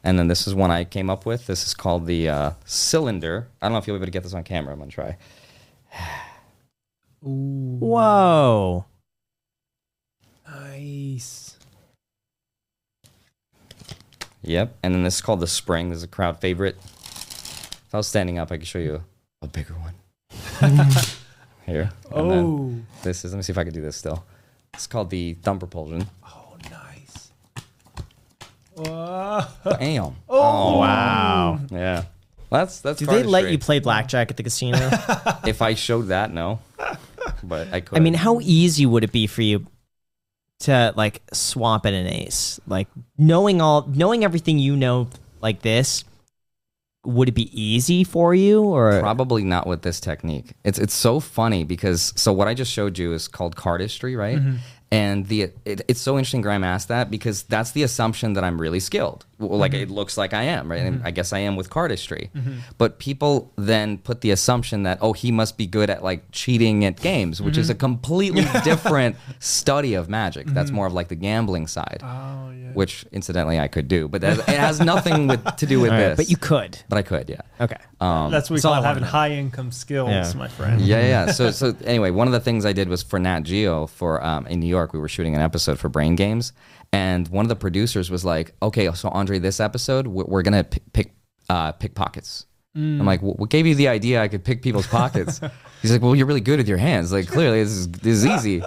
And then this is one I came up with. This is called the uh, cylinder. I don't know if you'll be able to get this on camera. I'm gonna try.
Whoa.
nice.
Yep. And then this is called the spring. This is a crowd favorite. If I was standing up, I could show you a bigger one. Here. And then
Oh,
this is. Let me see if I can do this still. It's called the thumb propulsion.
oh, nice. Wow.
Damn. Oh,
Wow.
Yeah. That's that's.
Do they let
cardistry.
you play blackjack at the casino?
if I showed that, no. But I could.
I mean, how easy would it be for you to like swap at an ace? Like knowing all knowing everything you know like this, would it be easy for you or
probably not with this technique. It's it's so funny because so what I just showed you is called cardistry, right?
Mm-hmm.
And the it, it's so interesting. Graham asked that because that's the assumption that I'm really skilled. Well, like
Mm-hmm.
it looks like I am, right? And I guess I am with cardistry. But people then put the assumption that oh, he must be good at like cheating at games, which
Mm-hmm.
is a completely different study of magic. That's more of like the gambling side.
Oh, yeah.
Which incidentally I could do, but that, it has nothing with, to do with
All right,
this. Um,
but you could.
But I could, yeah.
Okay.
That's what we
That's all
call
I
having
wanna know.
high income skills,
Yeah.
my friend.
Yeah, yeah. yeah. So, so anyway, one of the things I did was for Nat Geo for um, in New York, we were shooting an episode for Brain Games, and one of the producers was like, "Okay, so Andre, this episode we're, we're gonna p- pick uh, pick pockets."
Mm.
I'm like, "Wh- "What gave you the idea I could pick people's pockets?" He's like, "Well, you're really good with your hands. Like, clearly this is this is easy."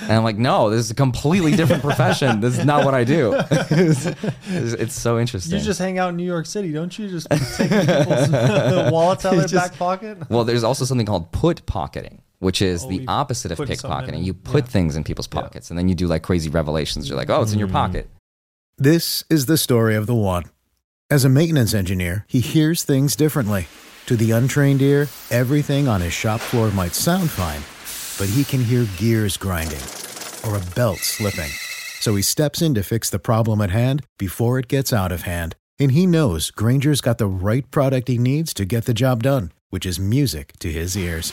And I'm like, "No, this is a completely different profession. This is not what I do." it's, it's so interesting.
You just hang out in New York City, don't you? Just take people's wallets out of their
Just-
back pocket.
Well, there's also something called put pocketing, which is the
Oh, you
opposite of
put something
pickpocketing.
in-
You put things in people's pockets, and then you do like crazy revelations. You're like, oh, it's
Mm.
in your pocket.
This is the story of the one. As a maintenance engineer, he hears things differently. To the untrained ear, everything on his shop floor might sound fine, but he can hear gears grinding or a belt slipping. So he steps in to fix the problem at hand before it gets out of hand. And he knows Granger's got the right product he needs to get the job done, which is music to his ears.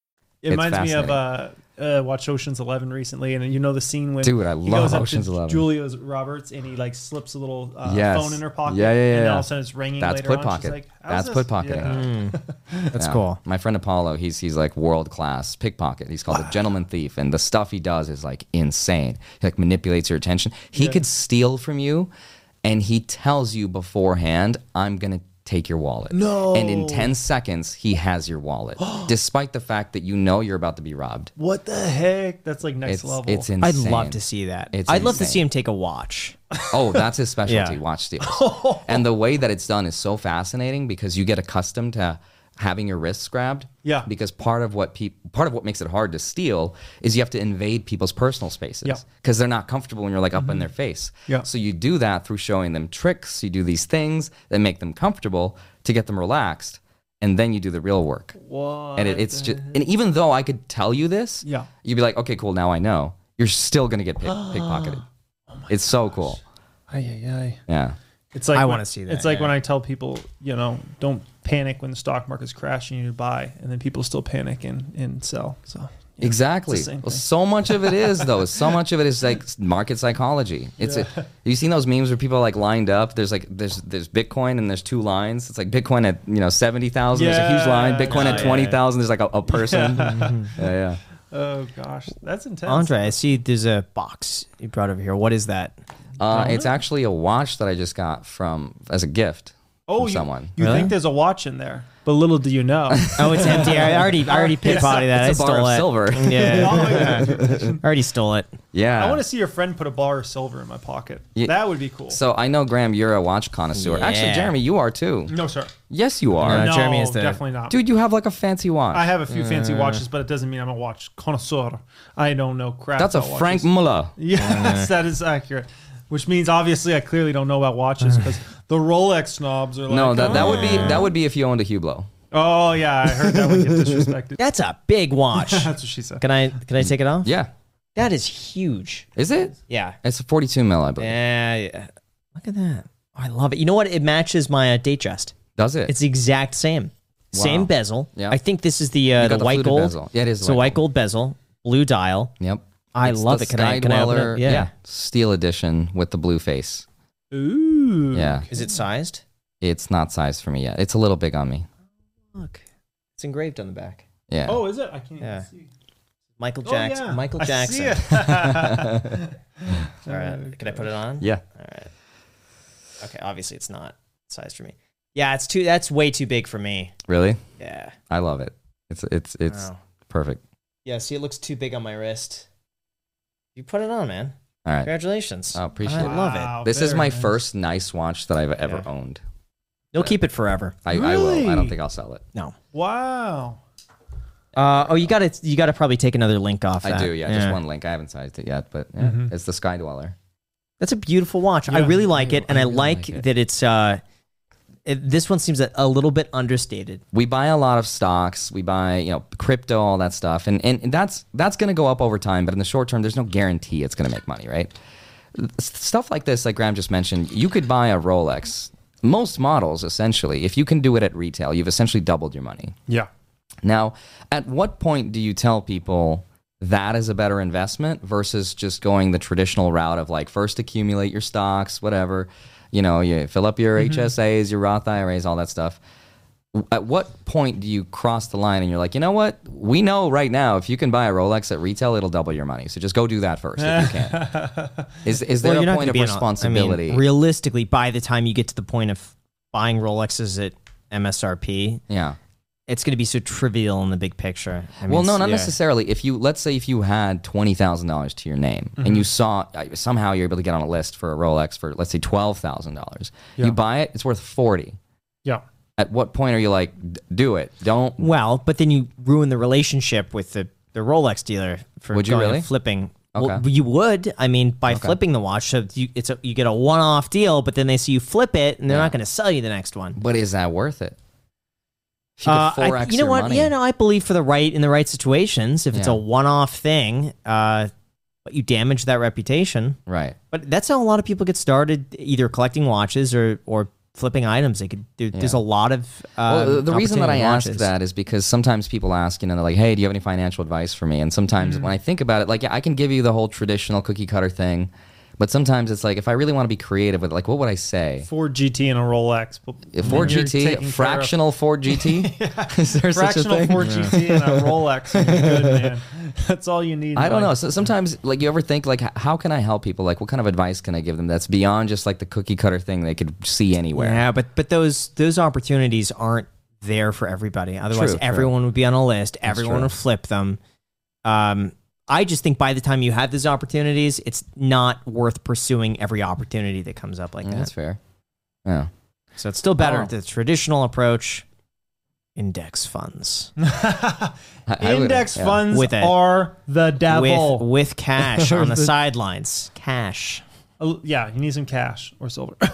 It
It's
reminds me of uh, uh, watched Ocean's Eleven recently, and you know the scene when
Dude, I
he
love
goes up
Ocean's
to
Eleven.
Julia Roberts and he like slips a little uh,
Yes.
phone in her pocket.
Yeah, yeah, yeah,
And then
yeah.
all of a sudden it's ringing.
That's
later
put
on. She's
pocket.
like, "How's
That's
this?"
put pocket.
That's
Yeah.
cool.
My friend Apollo, he's he's like world class pickpocket. He's called a gentleman thief, and the stuff he does is like insane. He like manipulates your attention. He could steal from you, and he tells you beforehand, "I'm gonna." Take your wallet. No. And in 10 seconds, he has your wallet, despite the fact that you know you're about to be robbed.
What the heck? That's like next
It's,
level.
it's insane.
I'd love to see that.
It's
I'd love to
insane.
see him take a watch.
Oh, that's his specialty.
Yeah.
Watch steals. and the way that it's done is so fascinating because you get accustomed to having your wrists grabbed.
Yeah.
Because part of what people part of what makes it hard to steal is you have to invade people's personal spaces
Yeah.
because they're not comfortable when you're like up
Mm-hmm.
in their face.
Yeah.
So you do that through showing them tricks. You do these things that make them comfortable to get them relaxed, and then you do the real work.
What
and it, it's just and even though I could tell you this,
Yeah.
you'd be like, okay, cool, now I know. You're still gonna get pick, pickpocketed.
Oh
it's so cool.
Ay, ay, ay.
Yeah.
It's like
I
when-
wanna see that,
It's like
yeah.
when I tell people, you know, don't panic when the stock market's crashing. You need to buy, and then people still panic and, and sell. So yeah.
Exactly.
It's the same
Well,
thing.
so much of it is though. So much of it is like s- market psychology. It's a, have you seen those memes where people are like lined up? There's like there's there's Bitcoin and there's two lines. It's like Bitcoin at you know seventy thousand. There's a huge line.
Yeah,
Bitcoin
yeah,
at
yeah.
twenty thousand. There's like a, a person. Yeah. yeah,
Oh gosh, that's intense.
Andre, I see there's a box you brought over here. What is that?
Uh, it's actually a watch that I just got from as a gift
oh,
from
you,
someone.
You
Really?
think there's a watch in there? But little do you know.
Oh, it's empty. I already, I already pit potty that.
It's a
I
bar
stole
of
it.
silver.
Yeah,
Oh, yeah.
I already stole it.
Yeah.
I want to see your friend put a bar of silver in my pocket.
Yeah.
That would be cool.
So I know Graham, you're a watch connoisseur. Actually,
Yeah.
Jeremy, you are too.
no, sir.
Yes, you are.
Uh,
no,
Jeremy is the-
definitely not.
Dude, you have like a fancy watch.
I have a few fancy watches, but it doesn't mean I'm a watch connoisseur. I don't know crap.
That's a
about
Frank
watches.
Muller.
Yes, that is accurate. Which means obviously I clearly don't know about watches because the Rolex snobs are like,
No, that, that
oh.
would be that would be if you owned a Hublot.
Oh yeah, I heard that would get disrespected.
That's a big watch.
That's what she said.
Can I, can I take it off?
Yeah.
That is huge.
Is it?
Yeah.
It's a 42 mil, I believe.
Yeah. yeah. Look at that. Oh, I love it. You know what? It matches my uh, date dress.
Does it?
It's uh, the exact same.
Wow.
Same bezel.
Yeah.
I think this is the uh,
You got
the,
the
white
fluted
gold.
bezel. Yeah, it is
It's a
white
white gold bezel, blue dial.
yep.
I
It's
love
the
it. Can I can I open
Skydweller-
it? Yeah.
Steel edition with the blue face.
Ooh.
Yeah.
Is it sized?
It's not sized for me yet. It's a little big on me.
Look, it's engraved on the back.
Yeah.
Oh, is it? I can't
Yeah.
see.
Michael
Oh,
Jackson.
yeah.
Michael
I see
Jackson.
it.
All right. Can I put it on?
Yeah.
All right. Okay. Obviously, it's not sized for me. Yeah, it's too. That's way too big for me.
Really?
Yeah.
I love it. It's it's it's
Wow.
perfect.
Yeah. See, it looks too big on my wrist. You put it on, man.
All right.
Congratulations.
I um, appreciate
I
it.
love it.
Wow,
This is
very
my
nice.
first nice watch that I've ever
Yeah.
owned.
You'll keep it forever.
I, I will. I don't
Really?
think I'll sell it.
No.
Wow.
Uh, oh, you got to you got to probably take another link off.
I
that.
do, yeah, Just one link. I haven't sized it yet, but yeah, it's the Sky Dweller.
That's a beautiful watch. I
Yeah,
really like it, and I,
really
like,
like it.
that it's. Uh, it, this one seems a, a little bit understated.
We buy a lot of stocks. We buy, you know, crypto, all that stuff, and and, and that's that's going to go up over time. But in the short term, there's no guarantee it's going to make money, right? S- Stuff like this, like Graham just mentioned, you could buy a Rolex. Most models, essentially, if you can do it at retail, you've essentially doubled your money.
Yeah.
Now, at what point do you tell people that is a better investment versus just going the traditional route of like first accumulate your stocks, whatever, you know, you fill up your
Mm-hmm.
HSAs, your Roth IRAs, all that stuff. W- At what point do you cross the line and you're like, you know what? We know right now if you can buy a Rolex at retail, it'll double your money. So just go do that first if you can. Is, is there
Well, you're
a
not
point
gonna
of
be an-
responsibility?
I mean, realistically, by the time you get to the point of buying Rolexes at MSRP,
yeah.
it's going to be so trivial in the big picture. I mean,
well, no,
it's-
not
yeah.
necessarily. If you let's say if you had twenty thousand dollars to your name
Mm-hmm.
and you saw uh, somehow you're able to get on a list for a Rolex for let's say twelve thousand dollars,
Yeah.
you buy it, it's worth forty.
Yeah.
At what point are you like, "D- do it? Don't.
Well, but then you ruin the relationship with the, the Rolex dealer for
Would you
going and
really?
flipping. Well,
Okay.
you would. I mean, by flipping the watch, so you, it's a, you get a one-off deal, but then they see you flip it, and they're not going to sell you the next one.
But is that worth it? If you
Uh,
could
I-
4X
you know
your
what?
money-
Yeah, no, I believe for the right in the right situations, if it's
Yeah.
a one-off thing, uh, but you damage that reputation.
right.
But that's how a lot of people get started, either collecting watches or or flipping items. They could there, there's a lot of uh,
Well, the- the reason that I asked
watches.
that is because sometimes people ask, you know, they're like, "Hey, do you have any financial advice for me?" And sometimes
Mm-hmm.
when I think about it, like, yeah, I can give you the whole traditional cookie cutter thing, but sometimes it's like, if I really want to be creative with, it, like, what would I say?
Ford GT and a Rolex. But
A Ford
when you're
GT,
taking
fractional Ford GT. Is there
care
such
of-
a
fractional
thing?
Ford GT and a Rolex. You're good man. That's all you need.
I don't
in
know.
life.
So sometimes, like, you ever think, like, h- how can I help people? Like, what kind of advice can I give them that's beyond just like the cookie cutter thing they could see anywhere?
Yeah, but but those those opportunities aren't there for everybody. Otherwise,
True, true.
everyone would be on a list.
true.
Everyone would flip them. Um, I just think by the time you have those opportunities, it's not worth pursuing every opportunity that comes up like
Mm,
that.
that's fair. Yeah.
So it's still better
Oh.
the traditional approach, index funds
I- I would-
Index
yeah.
funds
With a-
are the devil.
with with cash on the sidelines. Cash.
Uh, yeah, you need some cash or silver. uh,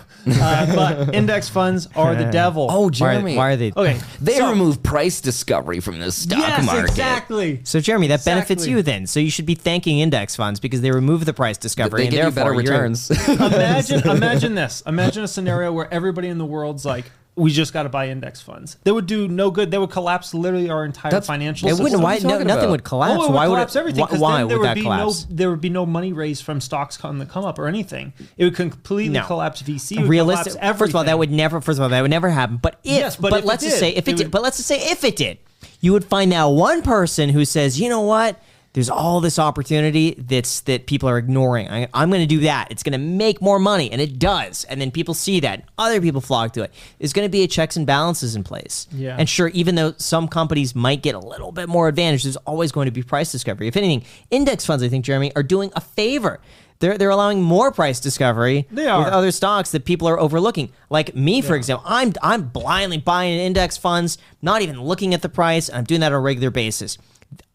but index funds are the devil.
Oh,
Why are-
Jeremy.
why are they?
okay.
They
so-
remove price discovery from the stock
yes,
market.
exactly.
So Jeremy, that benefits
Exactly.
you then. So you should be thanking index funds because they remove the price discovery
They
and
give you better
therefore you're-
returns.
Imagine, imagine this. Imagine a scenario where everybody in the world's like, "We just got to buy index funds." They would do no good. They would collapse literally our entire
That's-
financial.
It
Well,
system.
wouldn't.
what
Why?
are we
No,
talking
nothing
about?
would collapse.
Oh, it would
why would
collapse
it,
everything?
Why,
'cause
why
then there
would that
be
collapse?
no there would be no money raised from stocks on the come up or anything. It would completely
No.
collapse VC. It would
Realistic.
collapse everything.
First of all, that would never. First of all, that would never happen. But if,
Yes, but
but
if it
let's just
did,
say if
it
it, did.
would-
But let's just say if it did, you would find now one person who says, you know what. there's all this opportunity that's that people are ignoring. I, I'm going to do that. It's going to make more money, and it does. And then people see that. Other people flock to it. There's going to be a checks and balances in place.
Yeah.
And sure, even though some companies might get a little bit more advantage, there's always going to be price discovery. If anything, index funds, I think, Jeremy, are doing a favor. They're, they're allowing more price discovery
They are.
with other stocks that people are overlooking. Like me, for example, I'm I'm blindly buying index funds, not even looking at the price. I'm doing that on a regular basis.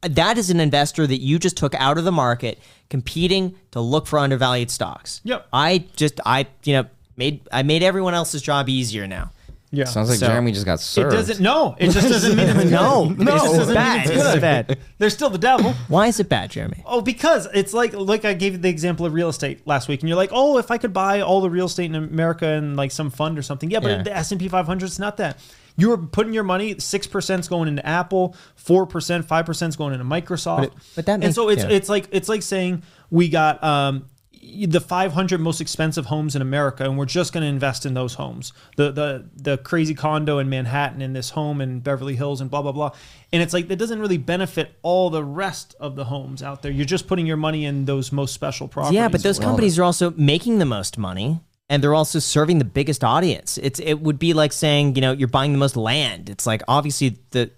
That is an investor that you just took out of the market, competing to look for undervalued stocks.
Yep.
I just I you know made I made everyone else's job easier now.
Yeah.
Sounds like
So-
Jeremy just got
it
served.
doesn't. No, it just doesn't mean it's
No,
good.
no,
it just doesn't
bad.
mean it's
It's
good.
bad.
There's still the devil.
Why is it bad, Jeremy?
Oh, because it's like like I gave you the example of real estate last week, and you're like, oh, if I could buy all the real estate in America and like some fund or something, yeah, but
Yeah.
the S and P 500 is not that. You're putting your money six percent's going into Apple, four percent, five percent's going into Microsoft,
But it- but that
and
makes-
so it's
yeah.
it's like it's like saying we got um, y- the 500 most expensive homes in America, and we're just going to invest in those homes. The the the crazy condo in Manhattan, and this home in Beverly Hills, and blah blah blah. And it's like that doesn't really benefit all the rest of the homes out there. You're just putting your money in those most special properties.
Yeah, but those companies are also making the most money and they're also serving the biggest audience. It's it would be like saying, you know, you're buying the most land. It's like obviously the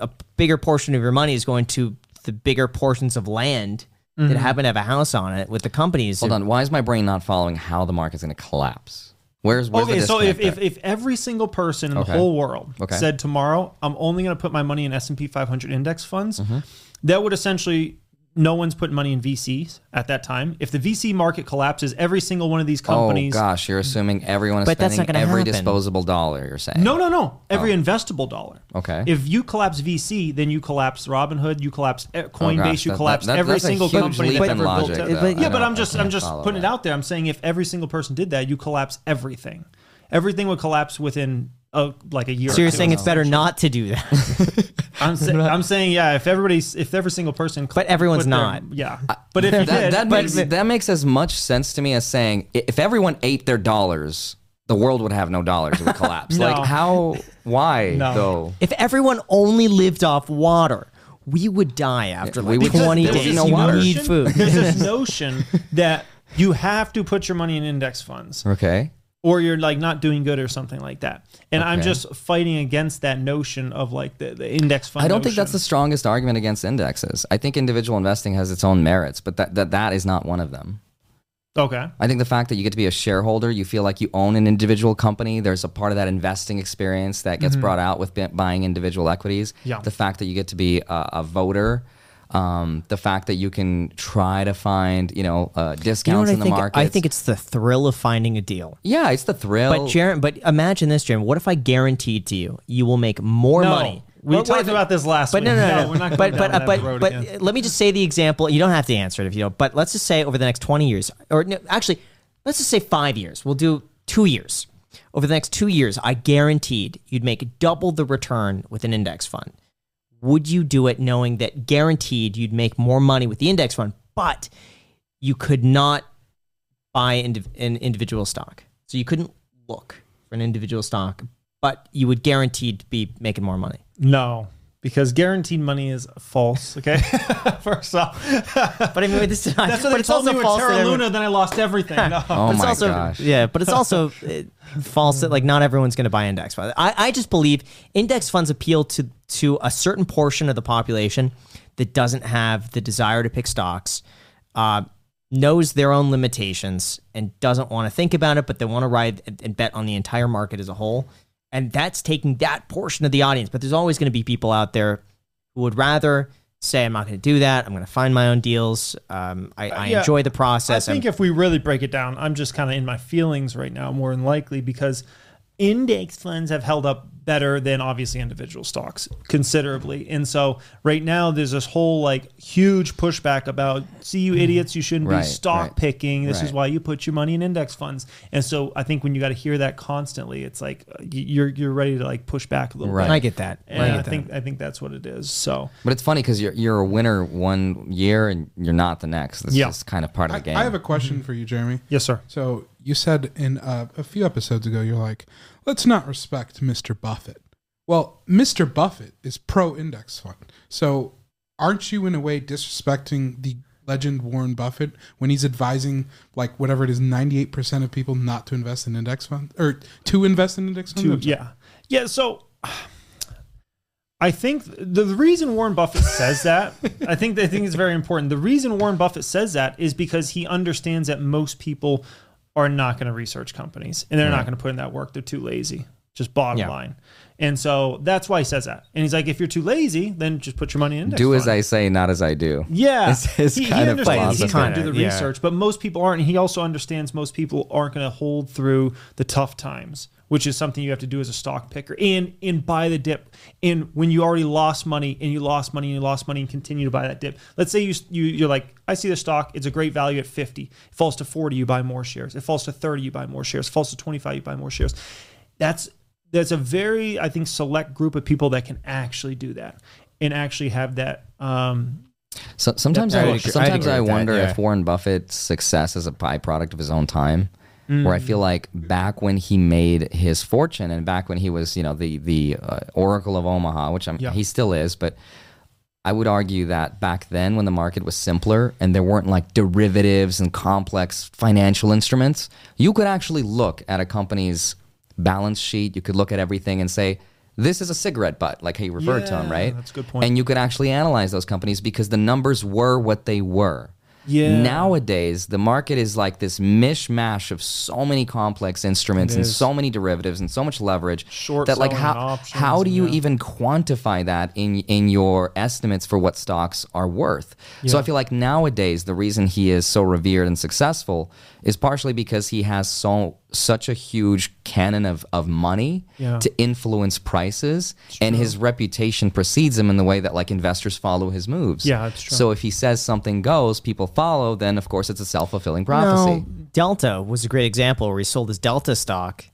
a bigger portion of your money is going to the bigger portions of land that happen to have a house on it with the companies.
Mm-hmm. Hold on. Why is my brain not following how the market's going to collapse? Where's where's
Okay,
the
so if,
disconnect
if,
there?
if every single person in
Okay.
the whole world
Okay.
said tomorrow, I'm only going to put my money in S and P 500 index funds,
Mm-hmm.
that would essentially no one's putting money in VCs at that time. If the VC market collapses, every single one of these companies.
oh gosh, you're assuming everyone is
But that's
spending
not gonna
every
happen.
disposable dollar. You're saying
No, no, no. Every investable dollar.
Oh. Okay.
If you collapse VC, then you collapse Robinhood, you collapse eh,
Oh, gosh,
Coinbase, you
that-
collapse
that- that-
every
that's a
single
huge
company
leap
that
in
ever
logic,
built.
though.
it.
I
yeah, but
don't-
I'm just
I
I'm
can't
just
follow
putting it
that.
out there. I'm saying if every single person did that, you collapse everything. Everything would collapse within a, like a year.
so you're
or two.
saying it's better not to do that.
I'm, sa- I'm saying yeah. If everybody's if every single person,
But everyone's
put their-
not.
Yeah. But if you
that,
did,
that
but-
makes that makes as much sense to me as saying i- if everyone ate their dollars, the world would have no dollars. It would collapse.
No.
Like how? Why
No.
though?
if everyone only lived off water, we would die after
we
like
would-
20
there's
days.
no
you
water.
need food.
there's this notion that you have to put your money in index funds.
Okay.
or you're like not doing good or something like that. And I'm
Okay.
just fighting against that notion of like the, the index fund.
I don't think that's the
notion.
strongest argument against indexes. I think individual investing has its own merits, but that, that, that is not one of them.
okay.
I think the fact that you get to be a shareholder, you feel like you own an individual company. There's a part of that investing experience that
Mm-hmm.
gets brought out with bu- buying individual equities.
Yeah.
The fact that you get to be a, a voter. Um, the fact that you can try to find, you know, uh, discounts
You know what I
in the
think?
market.
I think it's the thrill of finding a deal.
yeah, it's the thrill.
But Jaron, but imagine this, Jaron. What if I guaranteed to you, you will make more
No,
money?
we
But what
talked
if-
about this last
But no,
week.
no, no.
No, we're not going
but
down
but
that
but
road
but uh,
again.
let me just say the example. You don't have to answer it if you don't. But let's just say over the next twenty years, or no, actually, let's just say five years. We'll do two years. Over the next two years, I guaranteed you'd make double the return with an index fund. Would you do it knowing that guaranteed you'd make more money with the index fund, but you could not buy indiv- an individual stock. So you couldn't look for an individual stock, but you would guaranteed to be making more money.
No, because guaranteed money is false. Okay. First off,
But I mean, this is not,
that's what
but
they
it's
told me
also
with
false that
Terra
everyone-
Luna. Then I lost everything. No.
oh
but it's
my
also,
gosh.
Yeah, but it's also uh, false that like not everyone's going to buy index funds. I, I just believe index funds appeal to to a certain portion of the population that doesn't have the desire to pick stocks, uh, knows their own limitations, and doesn't want to think about it, but they want to ride and, and bet on the entire market as a whole. And that's taking that portion of the audience. But there's always going to be people out there who would rather say, "I'm not going to do that. I'm going to find my own deals. Um, I, I
yeah.
enjoy the
I
process." I'm-
think if we really break it down, I'm just kind of in my feelings right now, more than likely, because index funds have held up better than obviously individual stocks considerably. And so right now, there's this whole like huge pushback about, see,
Mm-hmm.
you idiots, you shouldn't
Right,
be stock
right,
picking. This is
right.
why you put your money in index funds. And so I think when you got to hear that constantly, it's like uh, y- you're you're ready to like push back a little
Right.
bit.
I get that.
And
I
I,
get that.
think I think that's what it is. So
But it's funny because you're, you're a winner one year and you're not the next. That's
Yeah.
just kind of part of
I,
the game. Mm-hmm.
I have a question for you, Jeremy.
yes, sir.
So you said in uh, a few episodes ago, you're like, let's not respect Mr. Buffett. Well, Mr. Buffett is pro index fund. So aren't you in a way disrespecting the legend Warren Buffett when he's advising like whatever it is, ninety eight percent of people not to invest in index funds or to invest in index funds?
to
I'm sorry.
yeah yeah so i think the, the reason warren buffett says that i think the thing is very important the reason warren buffett says that is because he understands that most people are not going to research companies and they're not going to put in that work they're too lazy just bottom
Yeah.
line and so that's why he says that and he's like if you're too lazy then just put your money in index
do as
fund.
I say, not as I do.
Yeah,
It's his
he, he
kind of
understands he's going
philosophy.
to do the
Kinda, yeah.
research, but most people aren't. And he also understands most people aren't going to hold through the tough times, which is something you have to do as a stock picker and and buy the dip. And when you already lost money and you lost money and you lost money and continue to buy that dip. Let's say you you you're like, I see the stock, it's a great value at fifty. It falls to forty, you buy more shares. It falls to thirty, you buy more shares. It falls to twenty five, you buy more shares. That's there's a very I think select group of people that can actually do that and actually have that. Um,
So, sometimes I,
I would agree- I'd
sometimes
agree
I
with that,
wonder
yeah.
if Warren Buffett's success is a byproduct of his own time, where I feel like back when he made his fortune and back when he was, you know, the the uh, Oracle of Omaha, which I'm,
Yeah.
he still is, but I would argue that back then when the market was simpler and there weren't like derivatives and complex financial instruments, you could actually look at a company's balance sheet, you could look at everything and say, this is a cigarette butt, like he referred to him,
Yeah,
right?
that's a good point.
And you could actually analyze those companies because the numbers were what they were.
Yeah.
Nowadays, the market is like this mishmash of so many complex instruments and so many derivatives and so much leverage
Short
that like
selling
how
and options
how do
and
you
yeah.
even quantify that in in your estimates for what stocks are worth? So I feel like nowadays the reason he is so revered and successful is partially because he has so such a huge cannon of of money
Yeah.
to influence prices and his reputation precedes him in the way that like investors follow his moves.
Yeah, that's true.
So if he says something goes, people follow, then of course it's a self-fulfilling prophecy.
Delta was a great example where he sold his Delta stock.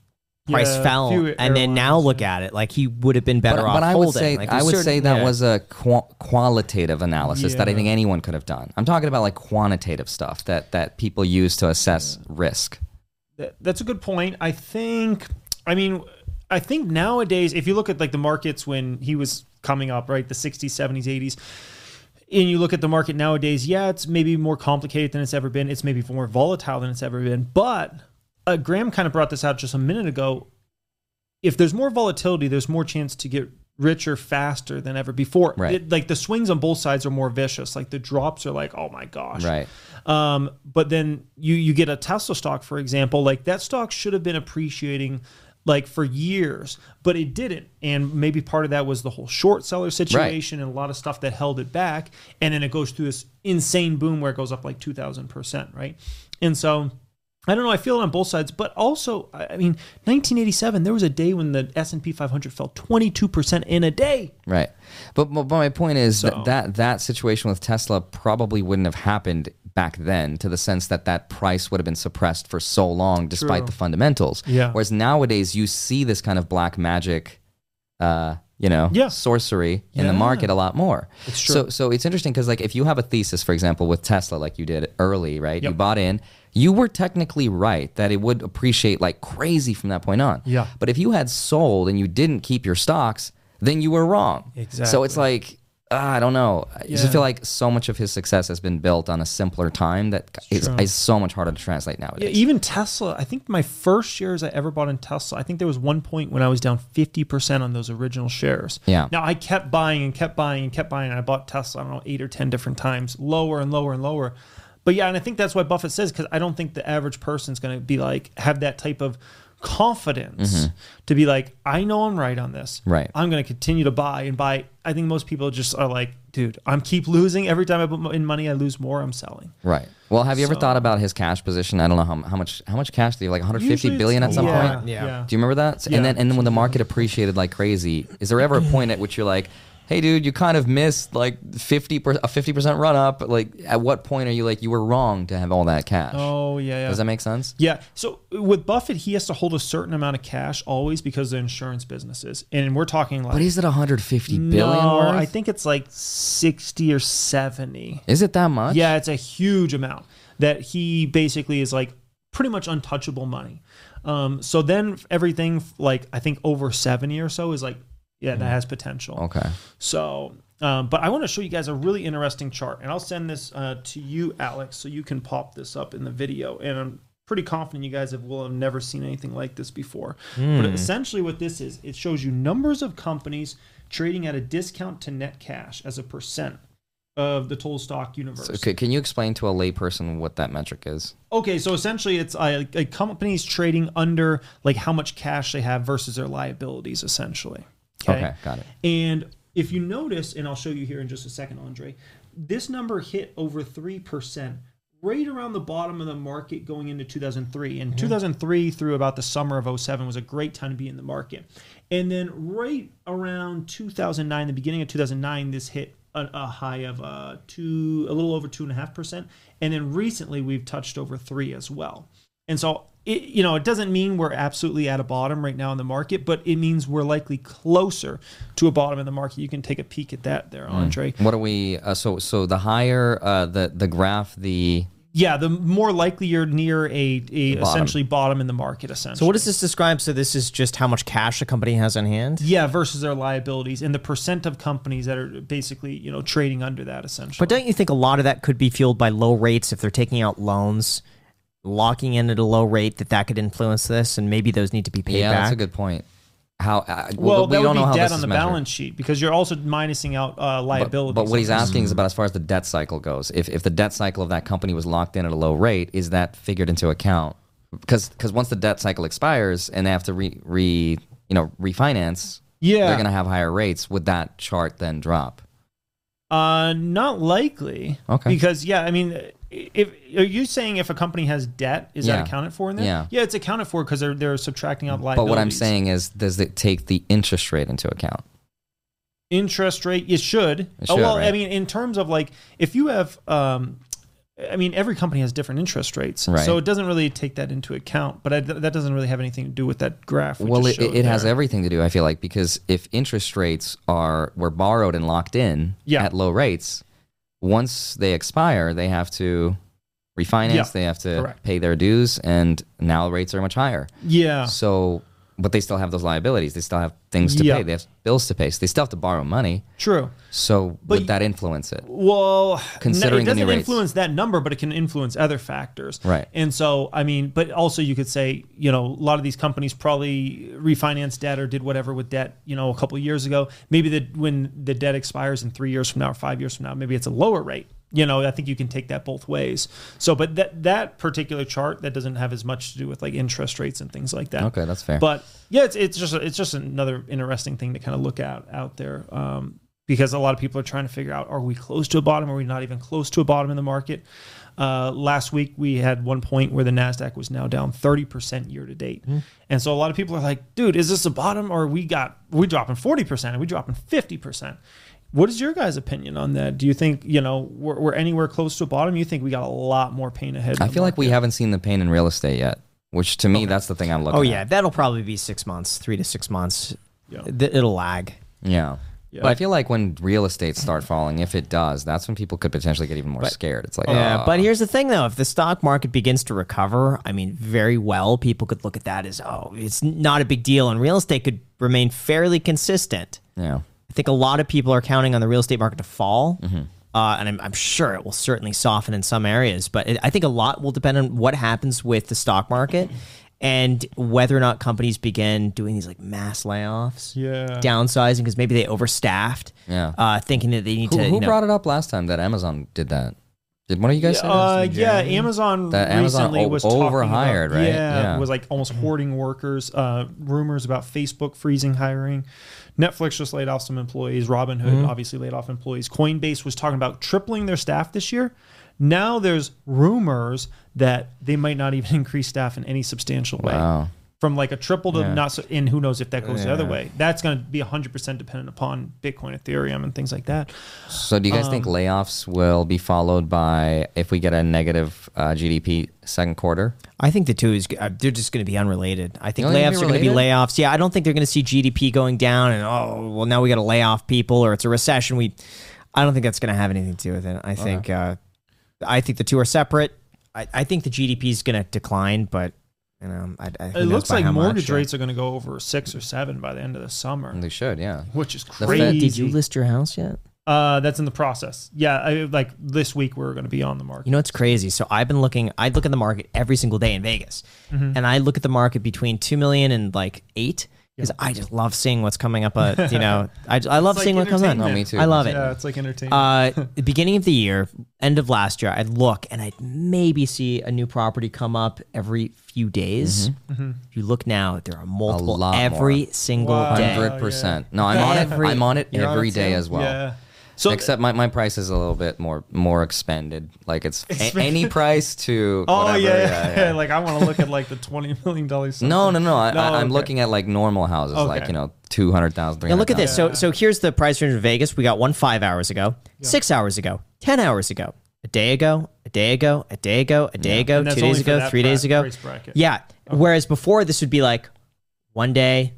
Price
Yeah, a
fell,
few
and then now
airlines,
look at it. Like he would have been better
but,
off
but I
holding.
would say
Like,
I
there's
would
certain-
say that
yeah.
was a qua- qualitative analysis that I
Yeah.
think anyone could have done. I'm talking about like quantitative stuff that that people use to assess risk.
That, that's a good point. I think, I mean, I think nowadays, if you look at like the markets when he was coming up, right, the 60s, 70s, 80s, and you look at the market nowadays, yeah, it's maybe more complicated than it's ever been. It's maybe more volatile than it's ever been. But uh, Graham kind of brought this out just a minute ago. If there's more volatility, there's more chance to get richer faster than ever before.
Right.
It- like the swings on both sides are more vicious. Like the drops are like, oh my gosh.
Right.
Um, but then you you get a Tesla stock, for example, like that stock should have been appreciating like for years, but it didn't. And maybe part of that was the whole short seller situation and a lot of stuff that held it back. And then it goes through this insane boom where it goes up like two thousand percent, right? And so I don't know. I feel it on both sides, but also, I I mean, 1987. There was a day when the S and P 500 fell 22 percent in a day.
Right. But, but but my point is that, that that situation with Tesla probably wouldn't have happened back then to the sense that that price would have been suppressed for so long despite the fundamentals.
Yeah.
Whereas nowadays you see this kind of black magic uh you know,
Yeah.
sorcery in the
Yeah.
market a lot more.
It's true.
So, so it's interesting because, like, if you have a thesis, for example, with Tesla, like you did early, right? You
Yep.
bought in, you were technically right that it would appreciate like crazy from that point on.
Yeah.
But if you had sold and you didn't keep your stocks, then you were wrong. So it's
Exactly.
like, ah, I don't know. I just
Yeah.
feel like so much of his success has been built on a simpler time that is, is so much harder to translate
Yeah,
nowadays.
even Tesla. I think my first shares I ever bought in Tesla. I think there was one point when I was down fifty percent on those original shares.
Yeah.
Now I kept buying and kept buying and kept buying. And I bought Tesla. I don't know eight or ten different times, lower and lower and lower. But yeah, and I think that's why Buffett says because I don't think the average person's going to be like have that type of confidence to be like I know I'm right on this.
Mm-hmm. Right.
I'm going to continue to buy and buy. I think most people just are like, dude, I'm keep losing. Every time I put mo- in money, I lose more. I'm selling.
Right. Well, have you ever
So-
thought about his cash position? I don't know how, how much how much cash do you have? Like 150
Usually
billion at
it's-
some
yeah,
point.
yeah.
Do you remember that? So-
Yeah.
And then and then when the market appreciated like crazy, is there ever a point at which you're like, "Hey, dude, you kind of missed like 50 per, a 50 percent run up." Like, at what point are you like, you were wrong to have all that cash?
Oh yeah, yeah.
Does that make sense?
Yeah. So with Buffett, he has to hold a certain amount of cash always because of insurance businesses, and we're talking like
But is it 150
no,
billion worth?
I think it's like sixty or seventy.
is it that much?
Yeah, it's a huge amount that he basically is like pretty much untouchable money. Um, so then
Hmm.
everything like I think over seventy or so is like yeah, that has potential.
Okay.
So Um, but I want to show you guys a really interesting chart, and I'll send this uh, to you, Alex, so you can pop this up in the video. And I'm pretty confident you guys have will have never seen anything like this before. But essentially, what this is, it shows you numbers of companies trading at a discount to net cash as a percent of the total stock universe.
So, c- can you explain to a layperson what that metric is?
Okay, so essentially, it's uh, like like companies trading under like how much cash they have versus their liabilities, essentially.
Okay, got it.
And if you notice, and I'll show you here in just a second, Andre, this number hit over three percent right around the bottom of the market going into 2003 and 2003 through about the summer of 07 was a great time to be in the market and then right around 2009 the beginning of 2009 this hit a, a high of uh, two, a little over two and a half percent, and then recently we've touched over three as well. And so, it, you know, it doesn't mean we're absolutely at a bottom right now in the market, but it means we're likely closer to a bottom in the market. You can take a peek at that there, Andre.
What are we? Uh, so so the higher uh, the the graph, the
Yeah, the more likely you're near a, a essentially bottom in the market. Essentially.
So what does this describe? So this is just how much cash a company has on hand.
Yeah, versus their liabilities and the percent of companies that are basically you know trading under that essentially.
But don't you think a lot of that could be fueled by low rates if they're taking out loans, locking in at a low rate that that could influence this, and maybe those need to be paid
yeah,
back.
that's a good point. How uh,
Well,
we
that
don't
would
know how
be
this is
debt on the
measured.
balance sheet because you're also minusing out
But,
uh, liabilities.
but what he's asking is about as far as the debt cycle goes. If if the debt cycle of that company was locked in at a low rate, is that figured into account? Because once the debt cycle expires and they have to re, re you know refinance,
Yeah.
they're gonna have higher rates. Would that chart then drop?
Uh, not likely.
Okay.
Because yeah, I mean, if are you saying if a company has debt, is
Yeah.
that accounted for in there?
Yeah.
Yeah, it's accounted for because they're they're subtracting out
But
liabilities.
what I'm saying is, does it take the interest rate into account?
interest rate it should,
It
oh,
should,
well i
right.
mean in terms of like if you have um i mean every company has different interest rates
Right.
so it doesn't really take that into account but I, that doesn't really have anything to do with that graph we
Well,
just
it,
showed
it has
there.
everything to do. I feel like because if interest rates are were borrowed and locked in
Yeah.
at low rates, once they expire, they have to refinance.
Yeah,
They have to
correct.
pay their dues, and now rates are much higher.
yeah
So, but they still have those liabilities. They still have things to
Yeah.
pay. They have bills to pay. So they still have to borrow money.
true
So
But
would that influence it?
Well,
Considering
it
the new
doesn't
rates.
influence that number, but it can influence other factors.
Right.
And so, I mean, but also you could say, you know, a lot of these companies probably refinanced debt or did whatever with debt, you know, a couple of years ago. Maybe that when the debt expires in three years from now or five years from now, maybe it's a lower rate. You know, I think you can take that both ways. So, but that that particular chart that doesn't have as much to do with like interest rates and things like that.
Okay, that's fair.
But yeah, it's, it's just it's just another interesting thing to kind of look at out there um, because a lot of people are trying to figure out: Are we close to a bottom? Are we not even close to a bottom in the market? Uh, last week we had one point where the Nasdaq was now down thirty percent year to date,
Hmm.
and so a lot of people are like, "Dude, is this a bottom? Or we got we dropping forty percent? Are we dropping fifty percent?" What is your guys' opinion on that? Do you think you know we're, we're anywhere close to a bottom? You think we got a lot more pain ahead? in
I
the
feel like we
market?
haven't seen the pain in real estate yet, which to me that's the thing I'm looking.
oh
at.
yeah, that'll probably be six months, three to six months.
Yeah.
Th- it'll lag.
Yeah.
Yeah.
But I feel like when real estates start falling, if it does, that's when people could potentially get even more scared. It's like,
Yeah,
uh,
but here's the thing, though: if the stock market begins to recover, I mean, very well, people could look at that as, oh, it's not a big deal, and real estate could remain fairly consistent.
yeah,
I think a lot of people are counting on the real estate market to fall.
Mm-hmm.
Uh, and I'm, I'm sure it will certainly soften in some areas, but it, I think a lot will depend on what happens with the stock market and whether or not companies begin doing these like mass layoffs,
Yeah.
downsizing because maybe they overstaffed,
Yeah.
uh, thinking that they need
who,
to.
who
you know-
brought it up last time that Amazon did that? Did one of you guys say that?
Uh, yeah, Amazon
That Amazon
recently
o-
was talking about-
overhired, right?
Yeah,
Yeah.
was like almost hoarding workers. Uh, rumors about Facebook freezing hiring. Netflix just laid off some employees. Robinhood
Hmm.
obviously laid off employees. Coinbase was talking about tripling their staff this year. Now there's rumors that they might not even increase staff in any substantial way.
Wow.
From like a triple to not so, and who knows if that goes the other way. That's going to be 100% dependent upon Bitcoin, Ethereum, and things like that.
So do you guys
um,
think layoffs will be followed by if we get a negative uh, GDP second quarter?
I think the two is uh, they're just going to be unrelated. I Oh, think
You don't think
layoffs
they're
are going to be
related?
layoffs. Yeah, I don't think they're going to see GDP going down and oh well now we got to lay off people or it's a recession. We, I don't think that's going to have anything to do with it. I think uh, I think the two are separate. I, I think the GDP is going to decline, but you know I, I who
It
knows
looks
by
like
how much.
mortgage rates are going to go over six or seven by the end of the summer,
They should, yeah.
which is
The Fed-
crazy.
Did you list your house yet?
Uh, that's in the process. Yeah, I, like this week we're going to be on the market.
You know, it's crazy. So I've been looking, I look at the market every single day in Vegas
Mm-hmm.
and I look at the market between 2 million and like eight because I just love seeing what's coming up. Uh, you know, I, I love
It's like
seeing what comes on.
entertainment.
No, Oh, me too.
I love it.
yeah, it's like entertainment.
Uh, the beginning of the year, end of last year, I'd look and I'd maybe see a new property come up every few days.
Mm-hmm.
If you look now, there are multiple
Mm-hmm. lot
every
more.
single
Wow.
day.
Hundred percent. No, I'm on
Uh, Every-
it. I'm on it
You're on
every
it
day
too?
as well.
yeah. So
Except my, my price is a little bit more more expended. Like it's a, any price to
Oh
whatever.
yeah,
yeah, yeah.
like I want to look at like the twenty million dollars.
No, no, no. I,
No,
I, I'm
okay.
looking at like normal houses, like
Okay.
you know, two hundred thousand, three
Now
hundred.
look at this. So so here's the price range of Vegas. We got one five hours ago, six hours ago, ten hours ago, a day ago, a day ago, a day ago, a day ago,
And that's
two days
only for
ago,
that
three days
bra-
ago.
price bracket.
Yeah. Whereas before this would be like one day,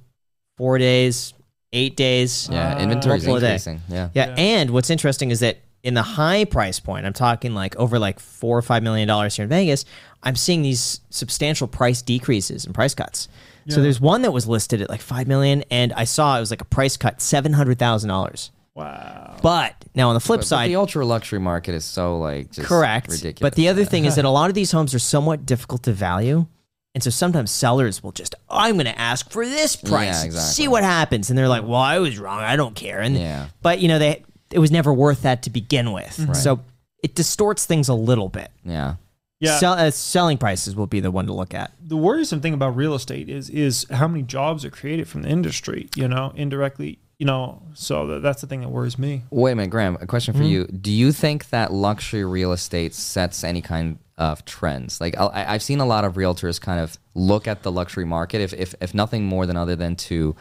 four days, eight days.
Uh,
Yeah, inventory's
multiple a day.
increasing. Yeah.
Yeah, and what's interesting is that in the high price point, I'm talking like over like four or five million dollars here in Vegas. I'm seeing these substantial price decreases and price cuts. So there's one that was listed at like five million, and I saw it was like a price cut seven hundred thousand dollars.
Wow.
But now on the flip
But, but
side,
the ultra luxury market is so like just
correct.
ridiculous.
But the other thing is that a lot of these homes are somewhat difficult to value. And so sometimes sellers will just, I'm going to ask for this price,
Yeah,
and see
exactly.
what happens. And they're like, well, I was wrong. I don't care. And
Yeah.
but you know, they it was never worth that to begin with. So it distorts things a little bit.
yeah,
Yeah.
Sell, uh, selling prices will be the one to look at.
the worrisome thing about real estate is is how many jobs are created from the industry. You know, indirectly. You know, so tha- that's the thing that worries me.
Wait a minute, Graham. A question
Hmm?
for you. Do you think that luxury real estate sets any kind of trends? Like I- I, I've seen a lot of realtors kind of look at the luxury market, if if, if nothing more than other than to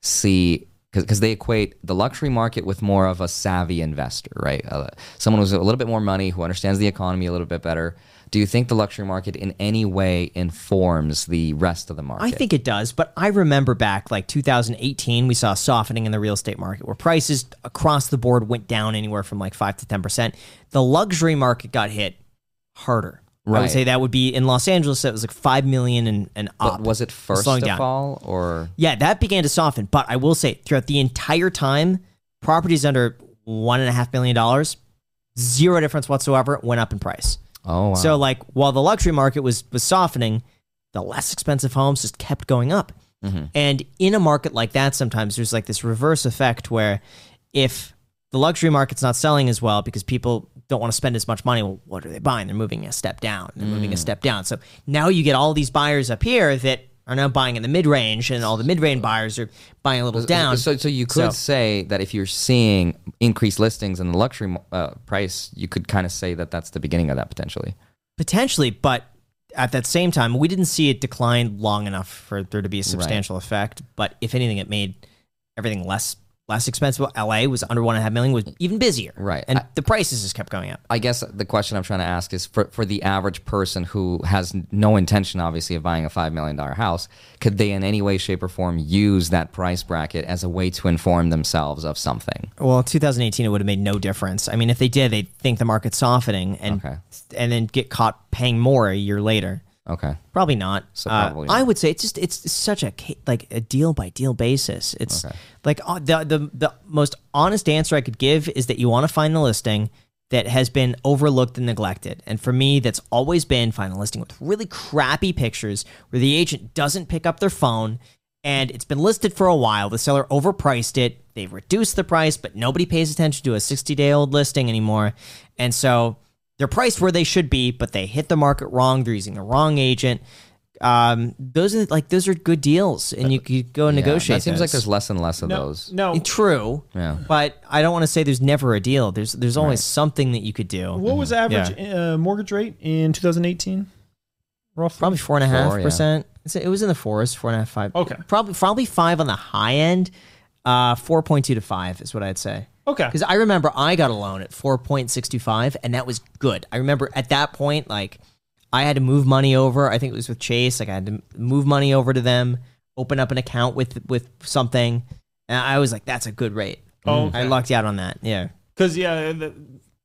see because they equate the luxury market with more of a savvy investor, right? Uh, someone who's a little bit more money, who understands the economy a little bit better. Do you think the luxury market in any way informs the rest of the market?
I think it does, but I remember back like 2018, we saw a softening in the real estate market where prices across the board went down anywhere from like 5 to 10%. The luxury market got hit harder. I would
Right.
say that would be in Los Angeles, that was like 5 million and, and up.
But was it first
slowing
to
down.
fall or
Yeah, that began to soften. But I will say, throughout the entire time, properties under one and a half million dollars, zero difference whatsoever, went up in price.
oh wow.
So, like, while the luxury market was was softening, the less expensive homes just kept going up.
Mm-hmm.
And in a market like that, sometimes there's like this reverse effect where if the luxury market's not selling as well because people don't want to spend as much money, well, what are they buying? They're moving a step down. They're moving a
Mm.
step down. So now you get all these buyers up here that are now buying in the mid range, and all the mid range buyers are buying a little down.
So, so you could
So-
say that if you're seeing increased listings in the luxury uh, price, you could kind of say that that's the beginning of that potentially.
Potentially, but at that same time, we didn't see it decline long enough for there to be a substantial effect. But if anything, it made everything less less expensive. LA was under one and a half million, was even busier,
Right.
And
I-
the prices just kept going up.
I guess the question I'm trying to ask is for, for the average person who has no intention, obviously, of buying a $5 million house, could they in any way, shape, or form use that price bracket as a way to inform themselves of something?
Well, in 2018, it would have made no difference. I mean, if they did, they'd think the market's softening and
Okay.
and then get caught paying more a year later.
Okay.
Probably not.
So
Uh,
probably
I
not.
would say it's just it's such a ca- like a deal by deal basis. It's like uh, the the the most honest answer I could give is that you want to find the listing that has been overlooked and neglected. And for me, that's always been find a listing with really crappy pictures where the agent doesn't pick up their phone and it's been listed for a while. The seller overpriced it. They reduced the price, but nobody pays attention to a 60 day old listing anymore. And so they're priced where they should be, but they hit the market wrong. They're using the wrong agent. Um, those are like those are good deals, and you could go
Uh, Yeah,
negotiate.
That seems like
those.
there's less and less of those.
No,
true.
Yeah.
But I don't want to say there's never a deal. There's there's always something that you could do.
what was the average uh, mortgage rate in 2018? Roughly.
Probably four and a half
Four, yeah.
percent. It's- It was in the forest, four and a half, five.
Okay.
Probably probably five on the high end. Uh, four point two to five is what I'd say.
Okay.
Because I remember I got a loan at 4.625, and that was good. I remember at that point, like, I had to move money over. I think it was with Chase. Like, I had to move money over to them, open up an account with with something, and I was like, "That's a good rate."
Oh, okay.
I lucked out on that. Yeah,
Because yeah, the,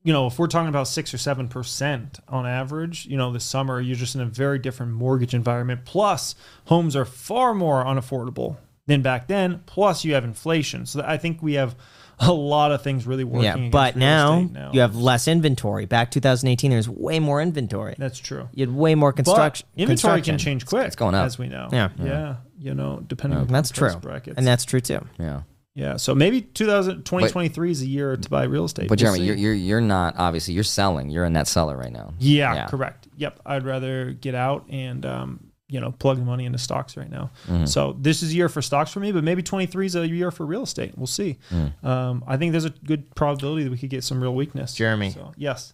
you know, if we're talking about six or seven percent on average, you know, this summer you're just in a very different mortgage environment. Plus, homes are far more unaffordable than back then. Plus, you have inflation. So I think we have a lot of things really working.
Yeah,
against
but
real
now,
estate now
you have less inventory. Back 2018, there's way more inventory.
that's true.
you had way more construction.
But inventory
construction.
can change quick. It's
going up.
as we know.
Yeah. Oh,
yeah, You know, depending on
That's
price
true,
brackets.
and that's true too.
Yeah.
yeah. So maybe 2000, 2023 is a year to buy real estate.
But
We'll
Jeremy,
see.
you're, you're you're not obviously you're selling. You're a net seller right now.
yeah,
Yeah.
correct. Yep. I'd rather get out and um, you know plug the money into stocks right now. So this is a year for stocks for me, but maybe 23 is a year for real estate. We'll see. Um, I think there's a good probability that we could get some real weakness.
Jeremy.
So, yes.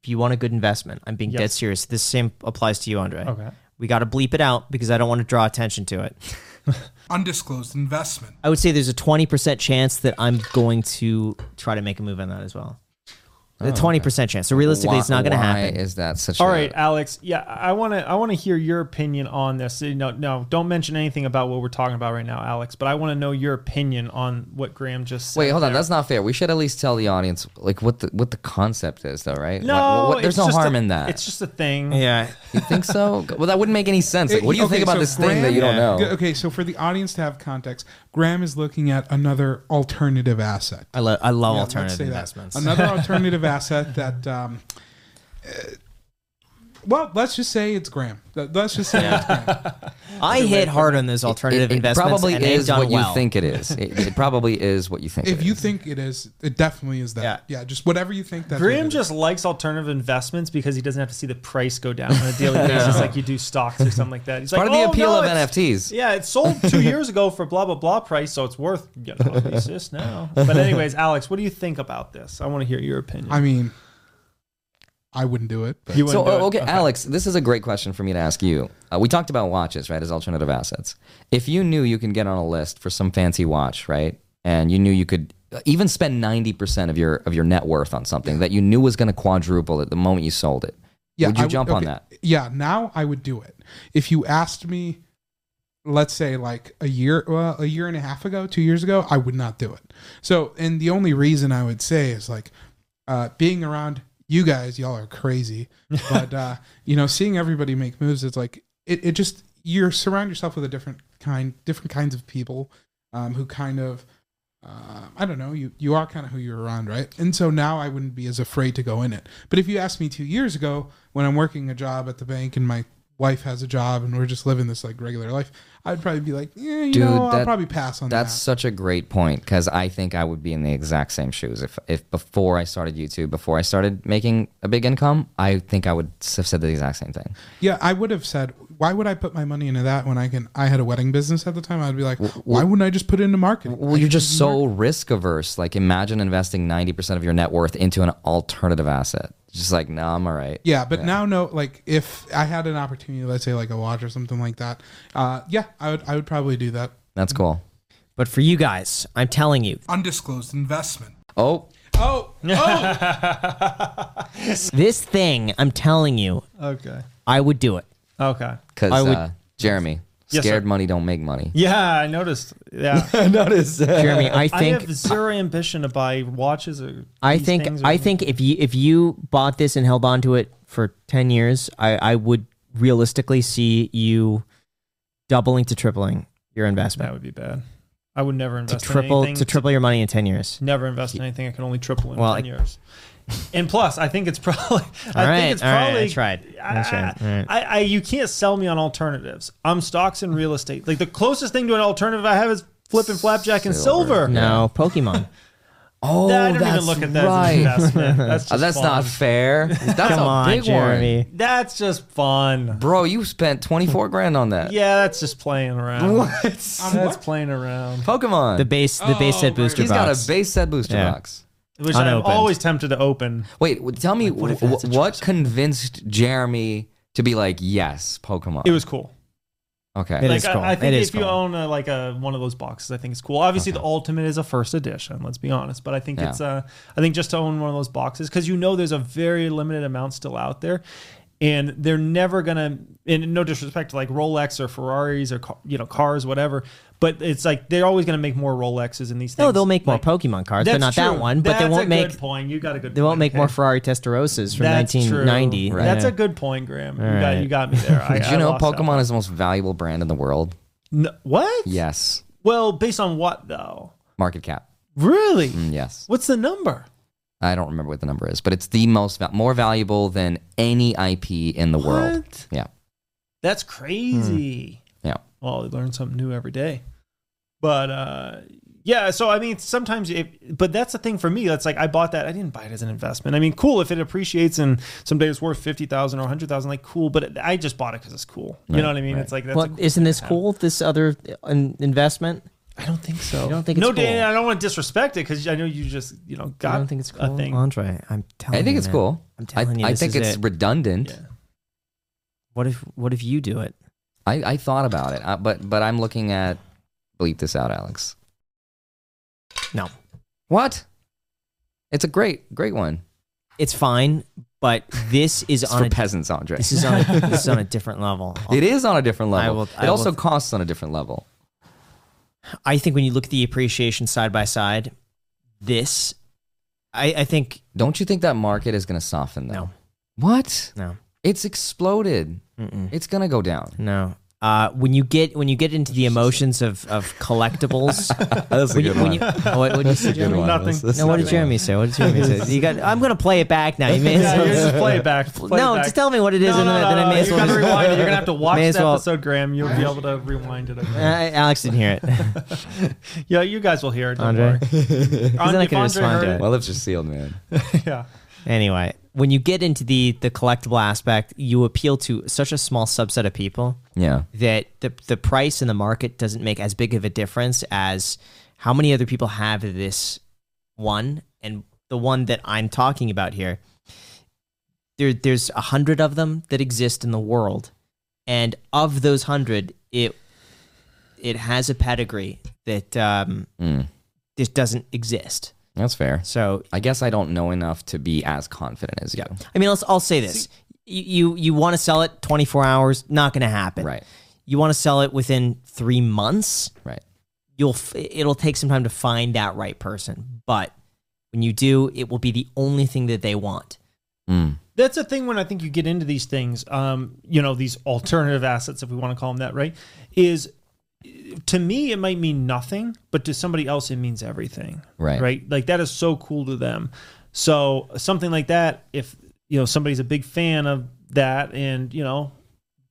If you want a good investment, I'm being
Yes.
dead serious. This same applies to you, Andre.
Okay.
We got to bleep it out because I don't want to draw attention to it.
Undisclosed investment.
I would say there's a 20% chance that I'm going to try to make a move on that as well. A 20% chance. So realistically, it's not going to
Oh, Why-
happen.
Why is that such?
All
a-
right, Alex. Yeah, I want to. I want to hear your opinion on this. You know, no, don't mention anything about what we're talking about right now, Alex. But I want to know your opinion on what Graham just said.
Wait, hold on. That's not fair. We should at least tell the audience like what the what the concept is, though, right?
no,
Like, what- there's
it's
no
just
harm
a-
in that.
It's just a thing.
yeah.
you think so? Well, that wouldn't make any sense. Like, what do you
Okay,
think about
so
this thing that you don't
Graham-
know?
Okay, so for the audience to have context, Graham is looking at another alternative asset.
I, lo- I love
Yeah, let's
alternative
say that.
investments.
Another alternative asset that, um, uh, well, let's just say it's Graham. Let- Let's just say it's Graham.
I hit hard on those alternative
It- it
investments.
probably
and they've
is
done
what
well.
you think it is. It, it probably is what you think.
If
it
you
is.
think it is, it definitely is that. Yeah, just whatever you think that.
Graham just likes alternative investments because he doesn't have to see the price go down on a daily basis like you do stocks or something like that. He's
part
like,
of the
"Oh,
appeal
no,
of
it's-
NFTs,
Yeah, it sold two years ago for blah blah blah price, so it's worth you know, at least this now. But anyways, Alex, what do you think about this? I want to hear your opinion.
I mean, I wouldn't do it. But
you
So
wouldn't
uh,
do it?
okay, Alex, this is a great question for me to ask you. Uh, we talked about watches, right, as alternative assets. If you knew you can get on a list for some fancy watch, right, and you knew you could uh, even spend ninety percent of your of your net worth on something that you knew was going to quadruple at the moment you sold it, would you
I
jump on
okay,
that?
Yeah, now I would do it. If you asked me, let's say like a year, well, a year and a half ago, two years ago, I would not do it. So, and the only reason I would say is like uh, being around you guys, y'all are crazy, but uh, you know, seeing everybody make moves, it's like it, it just you're surround yourself with a different kind, different kinds of people um, who kind of. Uh, I don't know. You you are kind of who you're around, right? And so now I wouldn't be as afraid to go in it. But if you asked me two years ago, when I'm working a job at the bank and my wife has a job and we're just living this like regular life, I'd probably be like, yeah, you
Dude,
know, I'll
that-
probably pass on
That's
that.
such a great point because I think I would be in the exact same shoes if if before I started YouTube, before I started making a big income, I think I would have said the exact same thing.
Yeah, I would have said, why would I put my money into that when I can? I had a wedding business at the time. I'd be like, why wouldn't I just put it into marketing?
Well, you're just so risk averse. Like, imagine investing 90% of your net worth into an alternative asset. It's Just like, no, I'm all right.
Yeah, but now no, like if I had an opportunity, let's say like a watch or something like that, uh, yeah, I would I would probably do that.
That's cool.
But for you guys, I'm telling you,
Undisclosed investment.
Oh,
Oh, oh,
this thing, I'm telling you,
Okay.
I would do it.
Oh! Okay.
because
I would-
uh, Jeremy,
Yes,
scared
sir.
money don't make money.
Yeah, I noticed. Yeah.
Jeremy, I
I
think
have zero ambition to buy watches or.
I
these
think
things or
I
anything.
think if you if you bought this and held on to it for ten years, I, I would realistically see you doubling to tripling your
that
investment.
would be bad. I would never
To
invest in
triple
anything.
to triple your money in ten years.
Never invest in anything. I can only triple in
Well,
ten
I-
years. And plus, I think it's probably. I
All right,
think it's
all right, I
probably.
tried. I
I-
tried, all right.
I, I, you can't sell me on alternatives. I'm stocks and real estate. Like the closest thing to an alternative I have is flipping flapjack and silver.
Silver.
No, Pokemon.
Oh,
That- I don't
that's
even look at that as an
right.
investment. That's just
Oh, that's
fun.
not fair. That's
Come
a
on,
big one.
Jeremy.
That's just fun.
Bro, you spent 24 grand on that.
Yeah, that's just playing around. What? That's playing around.
Pokemon.
The base the
Oh,
base set booster
He's got
box.
a base set booster
Yeah.
box.
Which I'm
Unopened.
always tempted to open.
Wait, w- tell me
what if
wh-
that's a
wh- what convinced Jeremy to be like, yes, Pokemon?
It was cool.
okay.
It
like
is
I-
cool.
I, think
It
if
is
you
cool.
own a, like a one of those boxes, I think it's cool. Obviously, the ultimate is a first edition. Let's be honest, but I think
Yeah.
it's uh, I think just to own one of those boxes because you know there's a very limited amount still out there, and they're never gonna. And no disrespect to like Rolex or Ferraris or ca- you know cars, whatever, but it's like they're always gonna make more Rolexes and these things.
no, they'll make more
Like,
Pokemon cards, but not
that's
that
true.
one. But they
That's a
won't make
Good point. You got a good.
they won't
point,
make more
okay.
Ferrari Testarossas from
That's true.
1990.
That's
Yeah.
a good point, Graham. You
All
got
right.
you got me there. I,
Did you
I
know
lost that
Pokemon
one.
is the most valuable brand in the world?
No, what?
Yes.
Well, based on what though?
Market cap.
Really?
Mm, yes.
What's the number?
I don't remember what the number is, but it's the most val- more valuable than any IP in the world.
What?
Yeah.
That's crazy.
Yeah.
Well, I learn something new every day. But uh, yeah, so I mean, sometimes, it, but that's the thing for me. That's like I bought that. I didn't buy it as an investment. I mean, cool if it appreciates and someday it's worth fifty thousand or hundred thousand. Like cool, but I just bought it because it's cool. You know
Right,
what I mean?
right.
It's like that's.
Well,
a cool
isn't
thing
this
to have.
cool? This other uh, in- investment?
I don't think so.
You don't think it's
no,
cool?
Dan, I don't want to disrespect it because I know you just you know got
I don't think it's cool,
a thing.
Andre. I'm telling.
I think
you,
it's
Oh, man.
cool.
I'm
I,
telling you.
I
this
think
is
it's
it.
redundant.
Yeah.
what if What if you do it?
I, I thought about it, uh, but but I'm looking at bleep this out, Alex.
No,
What? It's a great great one.
it's fine. But this is
It's
on
for
a,
peasants, Andre.
this is on a, this is on a different level.
it is on a different
I
level.
will- I
it
will-
also costs on a different level.
I think when you look at the appreciation side by side, this, I, I think
Don't you think that market is going to soften though?
no,
What?
no,
It's exploded.
Mm-mm.
It's going to go down.
no. Uh, when you get when you get into the emotions of of collectibles,
That's
when you, when you, oh, what, what did you say, Jeremy?
Nothing.
No, what did Jeremy say? What did Jeremy say? You got. I'm gonna play it back now. You may as
Yeah,
well
you just play it back. Play
no,
it back.
just tell me what it is, and then, then I may as
you
well.
gotta
just-
rewind it. You're gonna have to watch
May as
the
well-
episode, Graham. You'll be able to rewind it.
Uh,
Again.
Alex didn't hear it.
Yeah, you guys will hear it. Don't
Andre.
worry.
not
Andre, if
gonna
Andre
respond
heard
to
it.
My lips are sealed, man.
Yeah,
Anyway, when you get into the the collectible aspect, you appeal to such a small subset of people
Yeah.
that the the price in the market doesn't make as big of a difference as how many other people have this one and the one that I'm talking about here. There, there's a hundred of them that exist in the world, and of those hundred, it it has a pedigree that um,
Mm.
just doesn't exist.
That's fair.
So
I guess I don't know enough to be as confident as you.
I mean, I'll, I'll say this: you you, you want to sell it 24 hours, not going to happen.
Right.
You want to sell it within three months.
Right.
You'll f- it'll take some time to find that right person, but when you do, it will be the only thing that they want. Hmm.
Mm.
that's the thing. When I think you get into these things, um, you know, these alternative assets, if we want to call them that, right? Is to me, it might mean nothing, but to somebody else, it means everything.
Right.
Right. Like that is so cool to them. So something like that, if you know somebody's a big fan of that, and you know,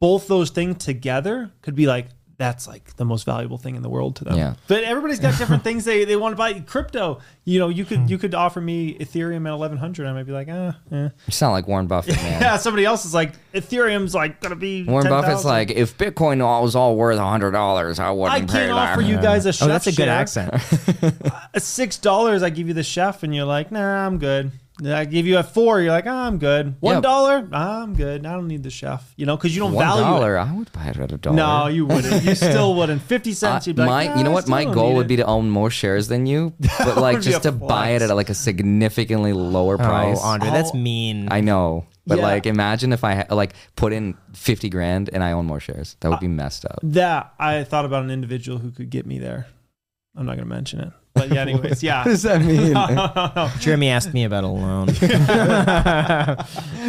both those things together could be like that's like the most valuable thing in the world to them.
Yeah.
But everybody's got different things they, they want to buy. Crypto, you know, you
Hmm.
could you could offer me Ethereum at eleven hundred. I might be like, ah, eh.
You sound like Warren Buffett, man.
yeah. Somebody else is like, Ethereum's like gonna be.
Warren
10,000.
Buffett's like, if Bitcoin all was all worth hundred dollars, I
I
wouldn't pay
can't
that.
offer you guys a chef.
Oh, that's a good
share.
accent.
At Six dollars, I give you the chef, and you're like, nah, I'm good. Then I give you a four, you're like, ah, I'm good. One dollar, ah, I'm good. I don't need the chef, you know, because you don't
One
value
dollar, I would buy it at a
it.
dollar.
No, you wouldn't. You still wouldn't. Fifty
Uh,
cents, you'd be
my,
like,
you know what? My goal would be to own more shares than you, but like
would be
just to
a
buy it
flex.
at like a significantly lower price.
Oh, Andre, that's
Oh.
mean.
I know, but
Yeah.
like, imagine if I ha- like put in fifty grand and I own more shares. That
Uh,
would be messed up.
that. I thought about an individual who could get me there. I'm not gonna mention it, but yeah, anyways, yeah.
What does that mean?
Jeremy asked me about a loan.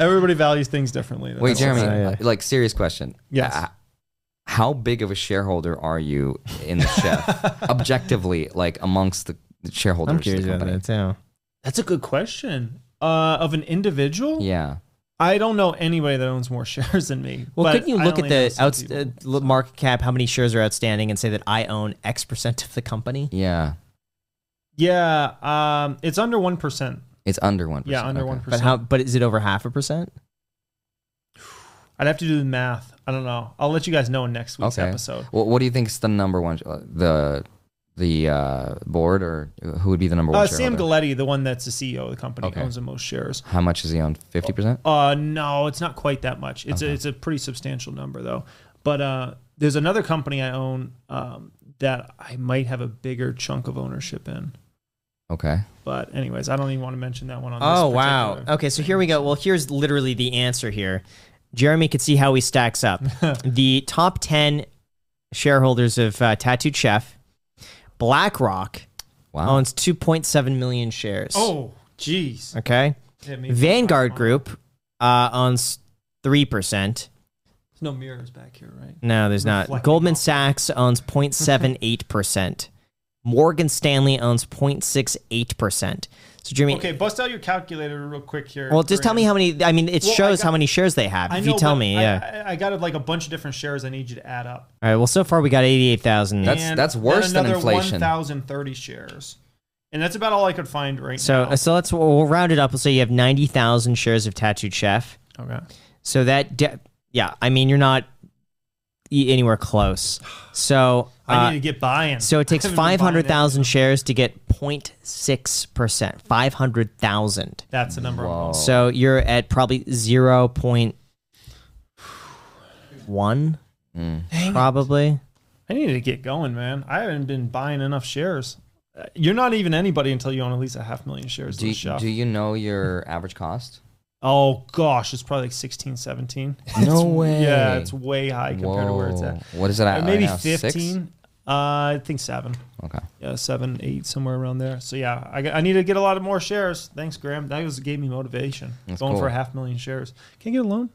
Everybody values things differently.
Wait,
That's all.
Jeremy,
Yeah, yeah.
uh, like serious question.
Yes.
Uh, How big of a shareholder are you in the chef? Objectively, like amongst the the shareholders.
I'm
of the
curious about
company.
that too.
that's a good question. Uh, of an individual,
Yeah.
I don't know anybody that owns more shares than me.
Well,
but
couldn't you
I
look at
only know
the
some
outs-
people.
uh, l- market cap, how many shares are outstanding, and say that I own X percent of the company?
Yeah.
Yeah, um, it's under one percent.
It's under 1%.
Yeah, under
okay.
one
But
percent.
how? But is it over half a percent?
I'd have to do the math. I don't know. I'll let you guys know in next week's
Okay.
episode.
Well, what do you think is the number one? uh, The the uh, board or who would be the number one?
Uh, Sam
shareholder?
Galletti, the one that's the CEO of the company,
Okay.
owns the most shares.
How much does he own? 50%?
Uh, no, it's not quite that much. It's a, it's a pretty substantial number though. But uh, there's another company I own um, that I might have a bigger chunk of ownership in.
Okay.
But anyways, I don't even want to mention that one on.
Oh
this
wow.
particular-
Okay, so here we go. Well, here's literally the answer here. Jeremy could see how he stacks up. the top ten shareholders of uh, Tattooed Chef, BlackRock
Wow.
owns 2.7 million shares.
Oh, jeez.
okay.
Hit me.
Vanguard Group uh, owns three percent.
There's no mirrors back here, right?
No, there's not.
Reflecting
Goldman
off.
Sachs owns 0.78%. Morgan Stanley owns 0.68%. So, Jimmy,
Okay, bust out your calculator real quick here.
well, just tell me
Corinne.
how many. I mean, it
Well, I
shows how
got-
many shares they have.
I
if
know,
you tell
but
me,
I-
yeah.
I, I got like a bunch of different shares. I need you to add up.
All right. Well, so far we got 88,000.
That's-
And then
worse than
another
inflation.
1,030 shares, and that's about all I could find right
so,
now.
so let's we'll round it up. We'll say you have 90,000 shares of Tattooed Chef.
okay.
So that, de- yeah, I mean, you're not e- anywhere close. So
I
uh,
need to get buy-in.
So it takes
I haven't been buying
five hundred thousand shares to get 06 percent. Five hundred thousand.
it. That's the number. I'm
Whoa.
on.
So you're at probably zero point one,
Hmm.
probably.
I need to get going, man. I haven't been buying enough shares. Uh, You're not even anybody until you own at least a half million shares
Do
of the
you,
shop.
do you know your average cost?
oh gosh, it's probably like 16, 17.
No way.
Yeah, it's way high compared to where it's at.
Whoa. What is it at?
Uh,
right
maybe
now? Six?
15. Uh, I think seven.
Okay.
Yeah, seven, eight, somewhere around there. So yeah, I, got- I need to get a lot of more shares. Thanks, Graham. That was gave me motivation.
That's
Going
cool.
for a half million shares. Can you get a loan,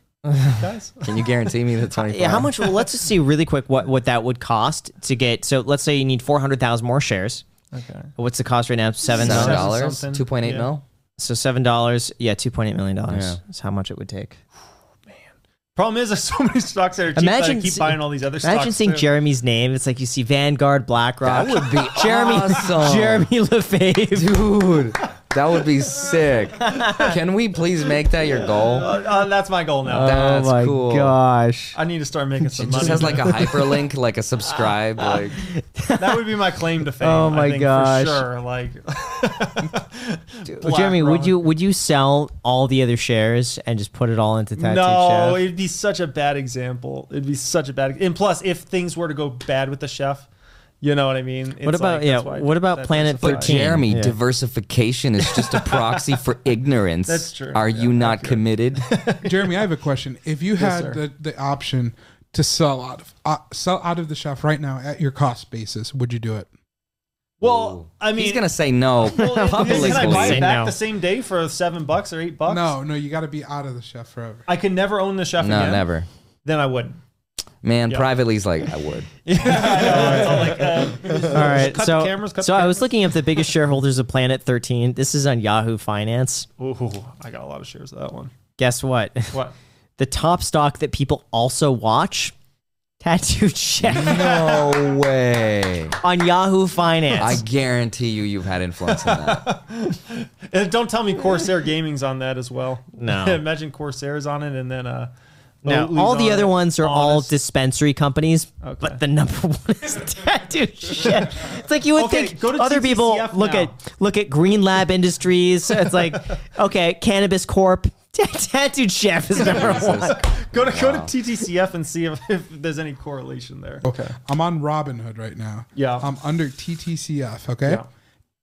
guys?
Can you guarantee me the 24?
Yeah, how much? Well, let's just see really quick what what that would cost to get. So let's say you need four hundred thousand more shares.
Okay.
What's the cost right now? Seven
Seven
dollars.
dollars?
something.
2.8
Yeah.
mil?
So seven dollars. Yeah, two point eight million dollars.
Yeah.
That's how much it would take.
Problem is, there's so many stocks that are cheap.
Imagine
Imagine that I keep
see-
buying all these other stocks.
Imagine seeing
too.
Jeremy's name. It's like you see Vanguard, BlackRock.
That would be
Jeremy.
awesome.
Jeremy Lefebvre.
Dude, oh that would be sick. Can we please make that your goal?
Uh, uh, that's my goal now.
That's cool.
gosh.
I need to start making some
It
money.
just has like a
man.
hyperlink, like a subscribe. Like
that would be my claim to fame.
Oh my
I think,
gosh.
for sure. Like,
Well, Jeremy,
BlackRock.
would you would you sell all the other shares and just put it all into Tattoo
no,
Chef?
it'd be such a bad example. It'd be such a bad. And plus, if things were to go bad with the chef, you know what I mean. It's
What about-
like,
yeah,
that's why I
what
did
about
that
Planet
diversified.
But
13?
Jeremy,
Yeah.
diversification is just a proxy for ignorance.
That's true.
Are you not committed?
Jeremy, I have a question. If you had
sir.
the, the option to sell out of uh, sell out of the shop right now at your cost basis, would you do it?
Well, I mean,
he's gonna say no.
Well, it-
Probably.
can I buy
Say
it back
no.
the same day for seven bucks or eight bucks?
No, no, you got to be out of the chef forever.
I can never own the chef
No,
again.
never.
Then I wouldn't.
Man,
Yeah.
privately, he's like, I would.
all right.
uh, cut
So,
the cameras, cut
so
the
I was looking up the biggest shareholders of Planet 13. This is on Yahoo Finance.
Ooh, I got a lot of shares of that one.
Guess what?
What?
The top stock that people also watch, Tattoo Chef
No way.
on Yahoo
I
Finance.
guarantee you, you've had influence in that.
And don't tell me Corsair Gaming's on that as well.
No.
Imagine Corsair's on it and then uh
now,
Oatly's
all the
on
other
it.
ones are all
Honest.
dispensary companies,
Okay.
but the number one is Tattoo Chef. It's like you would
Okay,
think
go to
other people
TTCF
look
now.
at look at Green Lab Industries. It's like okay, Cannabis Corp. Tattoo Chef is number one.
go to go to TTCF and see if, if there's any correlation there.
Okay. I'm on Robinhood right now.
Yeah.
I'm under TTCF, okay?
Yeah.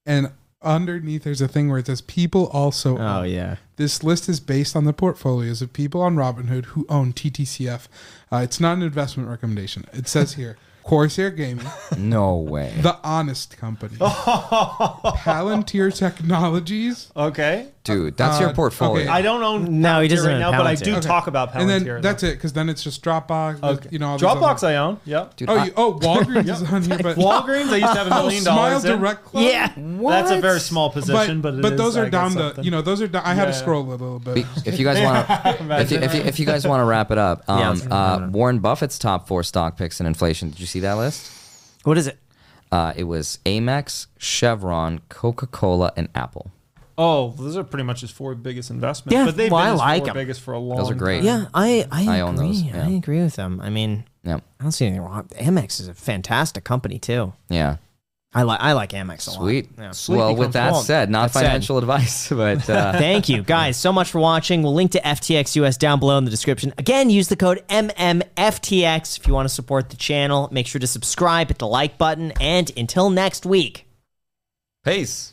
And underneath there's a thing where it says people also
Oh
own."
yeah.
This list is based on the portfolios of people on Robinhood who own TTCF. Uh, it's not an investment recommendation. It says here Corsair Gaming,
No way.
The Honest Company, Palantir Technologies,
Okay.
Dude, that's your
Uh,
portfolio.
okay.
I don't own
No, he
Palantir
doesn't
right
own
now, but I
Palantir.
do
Okay.
Oh, talk about Palantir.
and
though.
then that's it. Because then it's just Dropbox.
Okay.
You know, all these
Dropbox
other-
I own. Yep.
Dude,
Oh,
I-
you, oh, Walgreens is on here, but
Walgreens, I used to have a
Oh,
million
Smile
dollars. in.
Direct Club.
Yeah.
That's a very small position, but, it
but,
is,
those
I
are
got
down the
something.
you know those are down, I had to
Yeah.
scroll a little bit.
Be- if you guys want to, if you, if, you, if you guys want to wrap it up,
Yeah,
um,
let's
uh, Warren Buffett's top four stock picks in inflation. Did you see that list?
What is it?
Uh, it was Amex, Chevron, Coca Cola, and Apple.
Oh, those are pretty much his four biggest investments.
Yeah,
but they've
well, I
been his
like
four
'em.
biggest for a long.
Those are great.
time.
Yeah, I I,
I
agree.
own those, yeah.
I agree with them. I mean,
Yeah.
I don't see anything wrong. Amex is a fantastic company too.
Yeah.
I like I like Amex a lot.
Sweet.
Yeah.
Well,
Sleepy
with
comes
that
along.
said, not
That said.
financial advice, but uh,
Thank you guys so much for watching. We'll link to FTXUS down below in the description. Again, use the code MMFTX if you want to support the channel. Make sure to subscribe, hit the like button, and until next week.
peace.